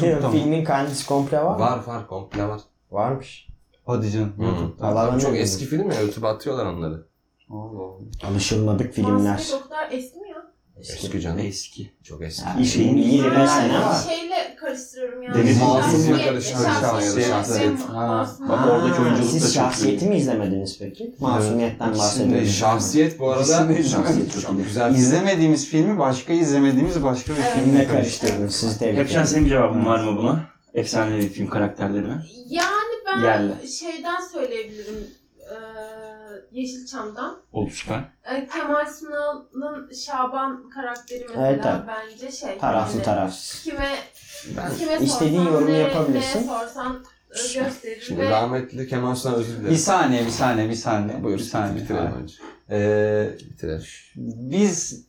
S1: Hayır,
S4: Tamam.
S1: Filmin kendisi komple var mı?
S3: var var komple var.
S1: Varmış.
S4: Hadi canım.
S3: Hı.
S4: YouTube'da.
S1: Allah
S3: Abi çok
S1: Allah.
S3: eski film ya YouTube'a atıyorlar onları.
S4: Allah Allah.
S1: Alışılmadık
S5: Masumiyet
S1: filmler.
S5: o kadar eski mi ya?
S3: Eski canım.
S2: Eski.
S3: Çok eski.
S2: İyi şeyin iyi
S1: İyi
S2: de
S1: de
S5: Ha,
S1: ben sene ama.
S5: Şeyle karıştırıyorum yani.
S2: Deniz
S3: Masum'la
S5: Masumiyet,
S3: karıştırıyorum.
S5: Şahsiyet,
S3: Şahsiyet.
S5: Şahsiyet.
S4: Ha.
S5: Masum.
S2: Bak oradaki
S1: Ha,
S2: oyunculuk da
S1: Siz
S2: çok iyi.
S1: şahsiyeti mi izlemediniz peki? Masumiyetten
S4: İkisini de
S1: bahsediyorum.
S4: izledim.
S3: Şahsiyet bu arada
S4: İkisini de izlemedim.
S3: çok güzel.
S4: İzlemediğimiz filmi başka izlemediğimiz başka bir
S5: Evet.
S4: filmle
S1: Ne
S4: karıştırdık.
S1: karıştırdınız? Sizi tebrik
S2: Hepşen
S1: ederim.
S2: senin bir cevabın var mı buna? Efsanevi film karakterlerine.
S5: Yani ben
S2: Yerle.
S5: şeyden söyleyebilirim. Ee, Yeşilçam'dan.
S2: Oldu süper.
S5: Ee, Kemal Sunal'ın Şaban karakteri mesela
S1: Evet, tabii.
S5: bence şey.
S1: Taraflı
S5: yani
S1: tarafsız.
S5: Kime,
S3: Ben-
S5: kime
S1: İstediğin
S5: sorsan,
S1: yorumu
S5: ne-
S1: yapabilirsin.
S5: Ne sorsan e, gösterir
S3: Şimdi
S5: ve
S3: rahmetli Kemal Sunal özür
S4: Bir
S3: dilerim.
S4: saniye, bir saniye, bir saniye.
S3: Buyur
S4: bir saniye.
S3: bitirelim önce.
S4: Ee,
S3: Bitirelim.
S4: Biz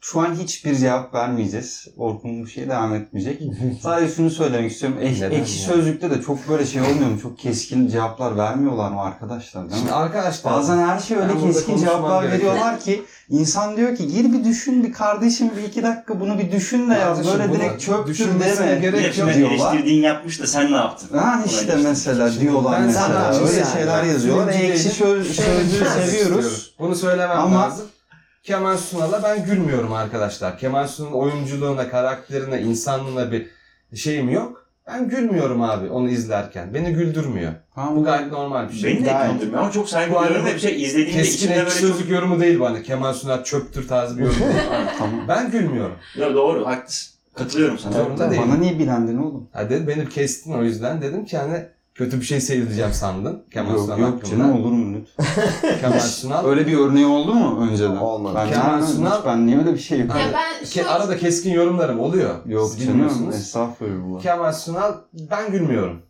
S4: şu an hiçbir cevap vermeyeceğiz. Orkun bir şey devam etmeyecek. Sadece şunu söylemek istiyorum. Ek,
S3: Neden
S4: ekşi
S3: ya?
S4: sözlükte de çok böyle şey olmuyor mu? Çok keskin cevaplar vermiyorlar mı arkadaşlar? Değil mi?
S3: Şimdi arkadaşlar
S4: Bazen her şey öyle
S3: Ben burada
S4: keskin
S3: konuşmam
S4: cevaplar
S3: gerekiyor.
S4: veriyorlar ki insan diyor ki gir bir düşün bir kardeşim bir iki dakika bunu bir düşün de yaz.
S3: Kardeşim,
S4: Böyle
S3: bunu
S4: direkt çöptür
S3: düşünmesine
S4: deme.
S3: gerek
S2: Gerçekten
S3: yok
S4: diyorlar.
S2: eleştirdiğin yapmış da sen ne yaptın?
S4: Ha işte mesela diyorlar
S3: Ben
S4: mesela.
S1: sanatçıyım
S4: Öyle
S1: yani.
S4: şeyler yazıyorlar.
S3: Filmci
S4: Ekşi
S3: değilim.
S4: söz, sözlüğü seviyoruz.
S3: şey Bunu söylemem
S4: Ama-
S3: lazım. Kemal Sunal'a ben gülmüyorum arkadaşlar. Kemal Sunal'ın oyunculuğuna, karakterine, insanlığına bir şeyim yok. Ben gülmüyorum abi onu izlerken. Beni güldürmüyor.
S4: Tamam
S3: Bu gayet normal bir şey.
S2: Beni de
S1: Gayet.
S2: eklendirmiyor ama çok saygı
S3: Bu
S2: duyuyorum
S3: arada
S2: ve bir şey izlediğimde
S3: Keskin
S2: içimde
S3: ekşi
S2: böyle çok...
S3: sözlük yorumu değil bana. Kemal Sunal çöptür tarzı bir yorum. değil.
S4: Tamam.
S3: ben gülmüyorum.
S2: Ya doğru haklısın. Katılıyorum sana.
S3: Zorunda değil.
S4: Bana niye bilendin oğlum?
S3: Ha dedi, beni kestin o yüzden dedim ki hani kötü bir şey seyredeceğim sandın. Kemal
S4: Yok,
S3: Sunal
S4: yok
S3: hakkında.
S4: canım olur mu lütfen?
S3: Kemal Sunal.
S4: Öyle bir örneği oldu mu önceden?
S1: Olmadı.
S4: Ben
S3: Kemal
S4: Kemal
S3: Sunal-
S4: Ben niye öyle bir şey yok?
S5: ya ben
S3: Ke-
S5: şu
S3: arada keskin yorumlarım oluyor.
S4: Yok
S3: Siz
S4: canım
S3: bilmiyorsunuz.
S4: estağfurullah.
S3: Kemal Sunal ben gülmüyorum.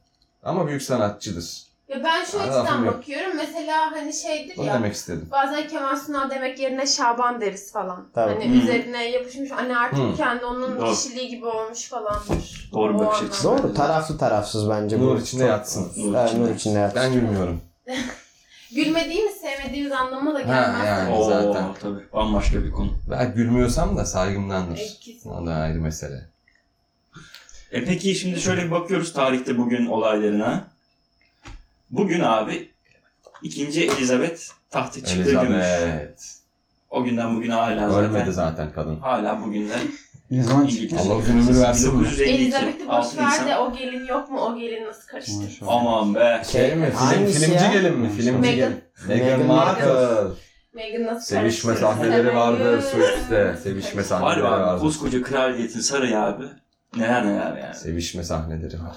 S3: Ama büyük sanatçıdır.
S5: Ya ben şu
S3: Arada
S5: açıdan
S3: lafım yok.
S5: bakıyorum. Mesela hani şeydir
S3: Bunu
S5: ya.
S3: demek istedim.
S5: Bazen Kemal Sunal demek yerine Şaban deriz falan.
S1: Tabii.
S5: Hani
S2: Hmm.
S5: üzerine yapışmış. Hani artık
S3: Hmm.
S5: kendi onun
S2: Doğru.
S5: kişiliği gibi olmuş falandır.
S2: Doğru
S5: O
S2: bakış
S5: anlamda.
S2: açısı.
S1: Doğru taraflı tarafsız bence
S3: Nur
S1: bu.
S3: içinde yatsın.
S2: Nur
S1: Evet,
S2: içinde.
S1: nur içinde yatsın.
S3: Ben gülmüyorum.
S5: Gülmediğimiz, sevmediğimiz anlamına da
S3: Ha,
S5: gelmez.
S3: yani.
S2: Oo,
S3: Zaten.
S2: tabii. Bambaşka bir konu.
S3: Ben gülmüyorsam da saygımdandır.
S5: Etkisi.
S3: O da ayrı mesele.
S2: E peki şimdi şöyle bir bakıyoruz tarihte bugün olaylarına. Bugün abi ikinci Elizabeth tahta çıktığı gün.
S3: Elizabeth.
S2: O günden bugüne hala zaten.
S3: Ölmedi zaten kadın.
S2: Hala bugün de
S6: Ne zaman çıktı?
S2: İngiltere.
S3: Allah uzun ömür versin bunu.
S2: 1952,
S5: Elizabeth'i boş
S2: 6
S5: ver
S2: Nisan.
S5: de o gelin yok mu? O gelin nasıl karıştı?
S6: Maşallah.
S2: Aman be.
S1: Şey mi?
S3: Film,
S1: Hangisi
S3: filmci
S1: ya?
S3: gelin mi? Filmci
S5: Meghan.
S3: gelin.
S1: Meghan
S3: Meghan Markle.
S5: Meghan nasıl
S3: Sevişme
S5: karıştı?
S3: sahneleri vardır
S5: Evet.
S3: suikiste. Sevişme
S2: Var
S3: sahneleri
S2: be abi
S3: vardır.
S2: koskoca kraliyetin sarayı abi. Neler neler yani.
S3: Sevişme sahneleri var.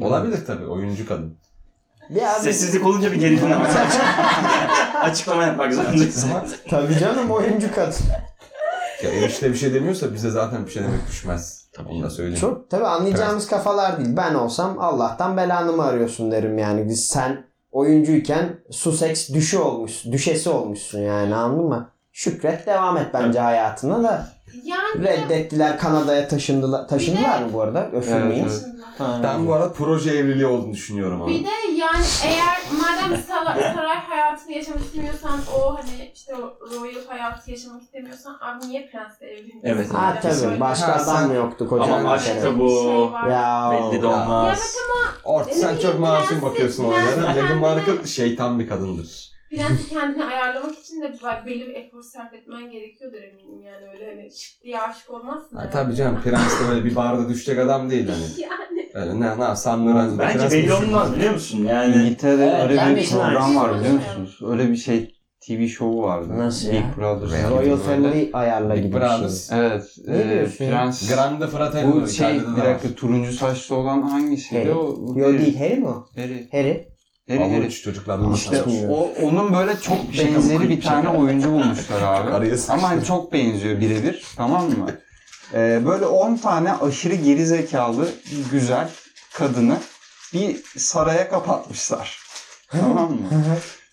S3: Olabilir tabii oyuncu kadın.
S1: Bir abi.
S2: Sessizlik olunca bir gerildin ama. Açıklama yapmak zorundasın.
S1: Tabii canım oyuncu kadın.
S3: Ya enişte bir şey demiyorsa bize zaten bir şey demek düşmez.
S2: Tabii.
S3: Onu da söyleyeyim.
S1: Çok tabii anlayacağımız kafalar değil. Ben olsam Allah'tan belanı mı arıyorsun derim yani. Biz sen oyuncuyken suseks düşü olmuş, düşesi olmuşsun yani anladın mı? Şükret devam et bence hayatına da.
S5: Yani
S1: Reddettiler Kanada'ya taşındılar. Taşındılar mı bu arada? Öfürmeyin.
S3: Evet,
S1: Ha.
S3: Ben bu arada proje evliliği olduğunu düşünüyorum ama.
S5: Bir de yani eğer madem saray, saray hayatını yaşamak istemiyorsan o hani işte o royal hayatı yaşamak istemiyorsan abi niye prensle evlendin?
S2: Evet.
S1: Ha tabii
S5: Şöyle-
S1: başka
S3: Ha,
S1: adam
S3: sen-
S1: mı yoktu
S2: Ama
S1: kocaman bir
S2: aşk
S1: kere?
S2: da
S5: Bir
S2: bu.
S5: şey var.
S1: Ya
S2: Belli de
S5: Ya
S2: olmaz.
S5: evet ama
S3: Ort sen
S5: Benim
S3: çok
S5: bir
S3: masum
S5: prenses-
S3: bakıyorsun
S5: prenses
S3: olaylara. Meghan
S5: kendine-
S3: Markle şeytan bir kadındır.
S5: prensi kendini ayarlamak için de bel- belli bir efor sarf etmen gerekiyordur eminim yani öyle hani şık diye aşık olmazsın.
S3: Ha,
S5: yani.
S3: tabii canım prens de böyle bir barda düşecek adam değil hani.
S5: Yani
S3: Öyle ne ne San Lorenzo'da
S2: Bence
S3: prens
S2: belli
S3: düşün-
S2: olmaz biliyor musun? Yani
S4: İngiltere'de
S1: Evet, ben de
S4: öyle bir
S1: ikna
S4: program var
S5: ediyorum.
S4: biliyor musunuz? Öyle bir şey TV şovu vardı.
S1: Nasıl ya?
S4: Big Brother.
S3: Real-
S1: Royal
S3: Böyle.
S1: Family ayarla
S3: Big
S1: gibi bir
S3: Brother.
S1: şey.
S4: Evet.
S1: Ne
S4: e,
S1: diyorsun ya?
S4: Prens.
S3: Grande Fratello.
S4: Bu şey
S3: İtalya'da da
S4: bir
S3: var.
S4: dakika turuncu saçlı olan hangisiydi
S1: Harry.
S4: o?
S1: Yo değil Harry mi o?
S4: Harry.
S1: Harry.
S4: Harry,
S3: Ama
S4: Harry.
S3: üç çocuklar bunu
S1: İşte-
S3: işte.
S4: O, onun böyle çok
S2: Şaka bu,
S4: benzeri
S2: kıyım
S4: bir tane
S2: şaka.
S4: oyuncu bulmuşlar abi.
S3: Araya sıçtı.
S4: Ama hani çok benziyor birebir tamam mı? Ee, böyle 10 tane aşırı geri zekalı güzel kadını bir saraya kapatmışlar. tamam mı?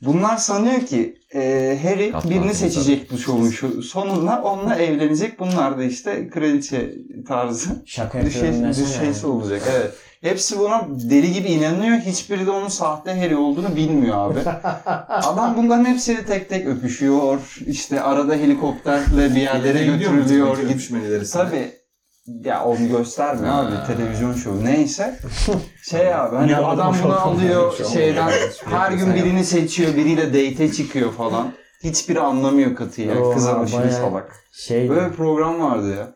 S4: Bunlar sanıyor ki e, Harry
S3: Kaptan
S4: birini
S3: Kılıç
S4: seçecek bu şovun şu sonunda onunla evlenecek. Bunlar da işte kraliçe tarzı
S1: Şaka yapıyorum
S4: düşe,
S1: desene
S4: düşesi
S1: yani.
S4: olacak. Evet. Hepsi buna deli gibi inanıyor. Hiçbiri de onun sahte Harry olduğunu bilmiyor abi. Adam bunların hepsini tek tek öpüşüyor. İşte arada helikopterle bir yerlere
S3: Gidiyor mu?
S4: götürülüyor.
S3: Gidiyor
S4: Git.
S3: öpüşmeleri sana.
S4: Tabii. Ya onu gösterme
S3: Ha.
S4: abi televizyon şovu neyse. Şey abi hani
S2: Ne
S4: adam
S2: anlatmış
S4: bunu
S2: oldun?
S4: alıyor
S3: Şu an
S4: şeyden
S3: olmuyor.
S4: her
S3: Sen
S4: gün birini seçiyor biriyle date çıkıyor falan. Hiçbiri anlamıyor katiyen.
S1: Oha,
S4: Kız aşırı
S1: bayağı-
S4: salak.
S1: Şey
S4: Böyle bir program vardı ya.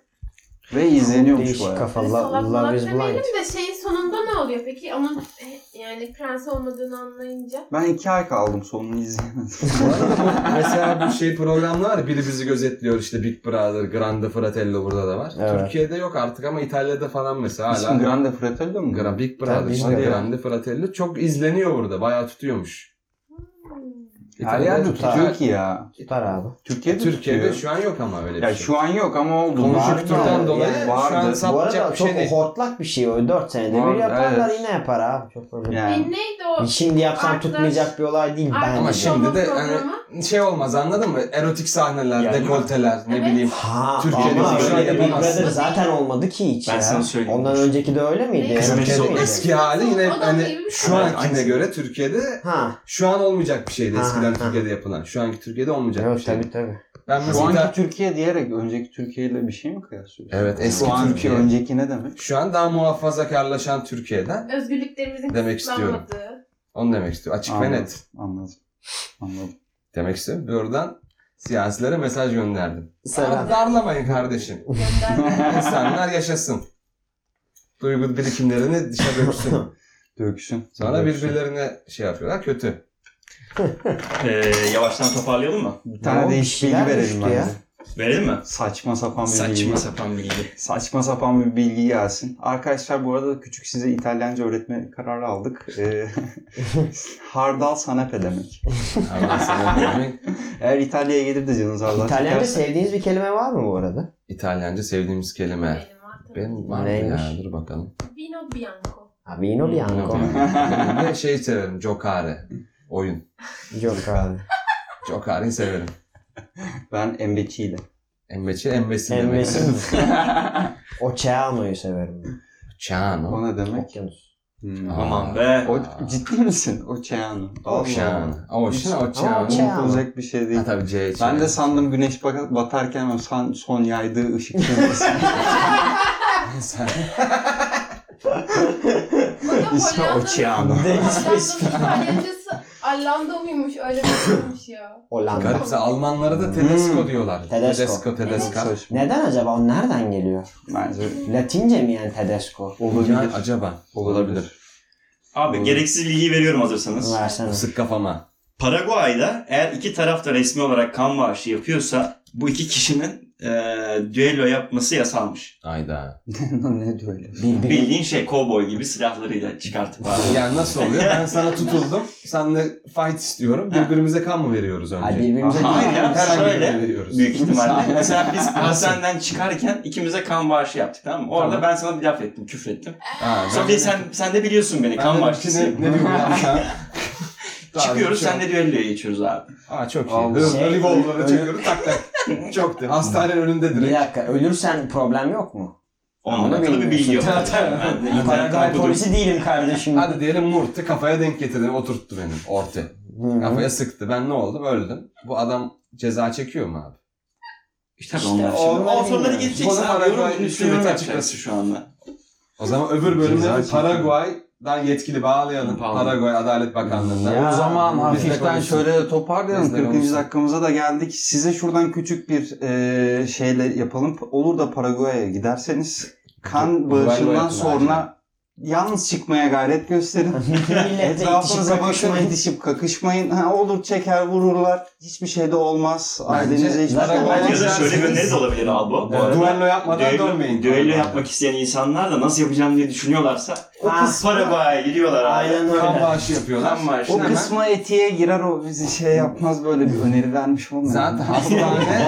S4: Ve izleniyormuş
S1: değişik
S4: bayağı.
S1: kafa.
S5: salak
S1: Love,
S5: salak
S1: love is blind.
S5: demeyelim de şeyin sonunda ne oluyor peki? Onun e, yani prens olmadığını anlayınca.
S4: Ben iki ay kaldım sonunu izleyemedim.
S3: Bu arada Mesela bu şey programlar var. Biri bizi gözetliyor işte Big Brother, Grande Fratello burada da var.
S1: Evet.
S3: Türkiye'de yok artık ama İtalya'da falan mesela
S4: İsmi
S3: hala.
S4: Grande Fratello mu?
S3: Gra- Big Brother
S1: Tabii,
S3: işte
S1: tabii.
S3: Grande Fratello çok izleniyor burada. Bayağı tutuyormuş.
S4: Her yerde tutuyor ki ya.
S1: Tutar abi.
S4: Türkiye'de,
S3: Türkiye'de
S4: tutuyor.
S3: şu an yok ama öyle bir
S4: Ya
S3: şey.
S4: şu an yok ama oldu.
S3: Konjüktürden
S4: Vardı.
S3: dolayı
S4: Yani
S3: şu an
S4: vardı.
S3: sa-
S1: Bu
S3: Sapacak
S1: arada
S3: bir
S1: çok
S3: şey değil.
S1: hortlak bir şey o. 4 senede
S4: Var,
S1: bir yaparlar
S4: evet.
S1: yine yapar abi. Çok böyle.
S5: E
S4: Yani.
S5: neydi o?
S1: Şimdi yapsan
S5: Arkadaş-
S1: tutmayacak bir olay değil
S5: Arkadaş
S1: bence.
S3: Ama şimdi de
S5: olma
S3: hani-
S5: programı?
S3: şey olmaz anladın mı? Erotik sahneler,
S2: Yani-
S3: dekolteler ne
S5: Evet.
S3: bileyim.
S1: Ha
S3: Türkiye'de şey
S1: ama
S2: böyle
S1: öyle Big
S2: yapamazsın.
S1: Brother zaten olmadı ki hiç
S2: Ben
S1: ya.
S2: sana söyleyeyim.
S1: Ondan önceki de öyle miydi?
S5: Ne?
S1: Evet.
S2: Kızın
S3: Türkiye'de
S2: Kesinlikle.
S3: eski hali yine
S5: Adam şey.
S3: hani
S5: evli.
S3: şu ankine göre Türkiye'de
S1: Ha.
S3: şu an olmayacak bir şeydi
S1: Ha,
S3: eskiden
S1: ha.
S3: Türkiye'de yapılan. Şu anki Türkiye'de olmayacak bir şey.
S1: Yok
S3: şeydi.
S1: tabii tabii.
S3: Ben
S4: Şu
S3: mesela
S4: anki Türkiye diyerek önceki Türkiye ile bir şey mi kıyaslıyorsun?
S3: Evet, eski
S4: Şu anki
S3: Türkiye.
S4: önceki ne demek?
S3: şu an daha muhafazakarlaşan Türkiye'den
S5: Özgürlüklerimizin
S3: Demek istiyorum.
S5: kısıtlanmadığı.
S3: onu demek istiyor. Açık ve
S4: Anladım.
S3: net
S4: Anladım. Anladım.
S3: demek istiyor. Buradan siyasilere mesaj gönderdim.
S1: Selam.
S3: Abi darlamayın kardeşim.
S5: Gönderme.
S3: İnsanlar yaşasın. Duygu birikimlerini dışa döksün.
S4: Döksün.
S3: Sonra
S4: Döksün.
S3: birbirlerine şey yapıyorlar kötü.
S2: Ee, yavaştan toparlayalım mı?
S4: Bir tane
S1: Yo,
S4: değişik
S1: bir
S4: bilgi
S1: şeyler
S4: verelim
S1: düştü
S4: bence.
S1: ya.
S2: Verelim mi?
S4: Saçma sapan bir bilgi.
S2: Saçma sapan bilgi.
S4: Saçma sapan bir bilgi gelsin. Arkadaşlar bu arada küçük size İtalyanca öğretme kararı aldık. Ee, hardal sanepe demek.
S3: Allah sana demek.
S4: Eğer İtalya'ya gelip de canınız hardal
S1: İtalyanca
S4: çekerse-
S1: sevdiğiniz bir kelime var mı bu arada?
S3: İtalyanca sevdiğimiz kelime.
S5: Benim var tabii.
S3: Benim var mı
S1: Neymiş?
S3: ya? Dur bakalım.
S5: Vino bianco.
S3: Hmm,
S1: Vino bianco.
S3: Bir de şey severim. Jokare. Oyun.
S1: Yok abi.
S3: Jokare'yi severim.
S4: Ben embeçiydim.
S3: Embeçi embesi demek.
S1: Emmesin. Oceano'yu severim.
S3: Çano.
S4: O ne demek?
S1: Okyanus.
S4: Hmm.
S2: Aman be.
S4: O, ciddi misin? Oceano.
S3: Ocean. Ocean.
S1: Ocean.
S3: Ocean.
S4: Olacak bir şey değil.
S3: Ha tabii C.
S4: Ben de sandım güneş bak- batarken o san- son yaydığı ışık kırmızı.
S3: Sen-
S4: İsmi Oceano.
S5: İspanyolcası Allanda mıymış öyle bir şeymiş ya.
S1: Hollanda.
S3: Garipse Almanlara da Tedesco
S4: Hmm.
S3: diyorlar.
S1: Tedesco.
S3: Tedesco. Tedesco.
S1: Neden acaba? O nereden geliyor?
S4: Bence
S1: Latince mi yani Tedesco?
S4: olabilir.
S3: Yani acaba. Olabilir.
S2: Abi gereksiz bilgiyi veriyorum hazırsanız.
S1: Versene.
S3: Sık kafama.
S2: Paraguay'da eğer iki taraf da resmi olarak kan bağışı yapıyorsa bu iki kişinin eee düello yapması yasalmış.
S3: Hayda.
S4: ne diyor öyle?
S2: Bildiğin şey kovboy gibi silahlarıyla çıkartıp abi.
S3: Yani nasıl oluyor? Ben sana tutuldum. Sen de fight istiyorum. Birbirimize kan mı veriyoruz önce?
S1: Hayır birbirimize
S2: Aha.
S1: değil.
S2: Hayır ya,
S3: Herhangi
S2: şöyle.
S3: birine veriyoruz.
S2: Büyük ihtimalle. Mesela biz hastaneden çıkarken ikimize kan bağışı yaptık tamam mı? Orada ben sana bir laf ettim, küfür ettim.
S3: Ha, ben-
S2: Sonra bir sen, sen de biliyorsun beni
S3: ben
S2: kan
S3: de-
S2: bağışçısıyım.
S3: Ne, ne diyorum ya? şey
S2: Çıkıyoruz sen de düelloya geçiyoruz abi.
S3: Aa çok iyi.
S4: Allah.
S1: Şey-
S3: Hızlı revolver'ı çekiyorum tak tak. Çoktu. Hastanenin önünde
S1: Bir
S3: direkt.
S1: dakika ölürsen problem yok mu?
S2: Onunla
S1: Onu
S2: alakalı bir bilgi yok.
S1: bilmiyorsun.
S2: Ben de
S1: Paraguay
S2: internetten okudum.
S1: polisi değilim kardeşim.
S3: Hadi diyelim Murt'u kafaya denk getirdim. Oturttu beni. Orta.
S1: Hı.
S3: Kafaya sıktı. Ben ne oldum? Öldüm. Bu adam ceza çekiyor mu abi?
S2: İşte
S1: İşte
S2: onlar şimdi.
S1: onlar
S2: O soruları
S1: bilmiyorum.
S2: geçeceksin
S3: Bana
S2: abi.
S3: Paraguay
S2: Yorum üstüne yorum
S3: hükümeti
S2: yapacaksın
S3: açıklasın.
S2: şu anda.
S3: O zaman öbür bölümde
S4: Ceza
S3: Paraguay'dan yetkili bağlayalım.
S2: Bağlayalım.
S3: Paraguay Adalet Bakanlığı'ndan.
S1: Ya,
S4: O zaman
S3: bizde
S4: hafiften
S3: konuşsun.
S4: şöyle toparlayalım.
S3: Bizde
S4: 40.
S3: konuşsun.
S4: dakikamıza da geldik. Size şuradan küçük bir e, şeyle yapalım. Olur da Paraguay'a giderseniz kan
S3: Bu- bu Paraguay
S4: bağışından
S3: yapın
S4: sonra yalnız çıkmaya gayret gösterin.
S1: Milletle itişip
S4: Etrafınıza bakın,
S1: kakışmayın.
S4: itişip kakışmayın. Ha, olur çeker vururlar. Hiçbir şey de olmaz.
S3: Bence
S4: Ailenize hiçbir şey
S1: zaten
S4: olmaz.
S1: bence
S2: Ya da şöyle bir
S3: dersiniz.
S2: öneri de olabilir abi. Bu arada
S3: Duello yapmadan
S2: düello-
S3: dönmeyin.
S2: Düello yapmak isteyen insanlar da nasıl yapacağım diye düşünüyorlarsa o
S1: Ha.
S2: kız Paraguay'a gidiyorlar abi.
S1: Aynen
S3: Kan
S1: öyle.
S3: bağışı yapıyorlar.
S2: Kan bağışı.
S4: O
S3: Hemen-
S4: kısma etiye girer o bizi şey yapmaz böyle bir öneri vermiş olmuyor.
S3: Zaten hastane-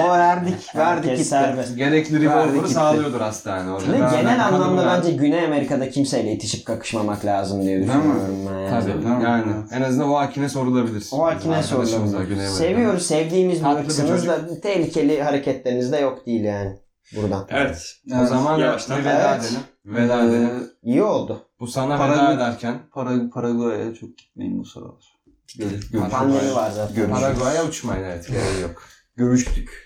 S4: o verdik, verdik
S1: Herkes
S4: gitti.
S1: serbest.
S3: Gerekli
S4: Verdi
S3: revolver'ı
S4: gitti.
S3: sağlıyordur hastane orada.
S1: Ve
S3: Ben- ben-
S1: genel anlamda
S3: kadınlar-
S1: bence Güney Amerika'da kimseyle itişip kakışmamak lazım diye
S4: mi?
S1: düşünüyorum ben. yani.
S3: Tabii.
S4: Tamam.
S3: Yani en azından o hakine sorulabilir.
S1: O hakine
S3: Arkadaşımıza, Güney
S1: sorulabilir.
S3: Amerika'da.
S1: Seviyoruz, sevdiğimiz bir
S3: Tatlı bir
S1: ırksınız da tehlikeli hareketleriniz de yok değil yani buradan.
S2: Evet.
S3: O zaman
S2: Yavaştan.
S3: bir veda
S1: Evet.
S3: edelim. Ee, Veda edelim.
S1: İyi oldu.
S3: Bu sana
S4: Para-
S3: veda ederken
S4: Para, Paraguay'a çok gitmeyin bu sıralar. Görüş-
S1: Pandemi var zaten.
S4: Görüşürüz.
S3: Paraguay'a uçmayın evet. Gereği yok.
S4: Görüştük.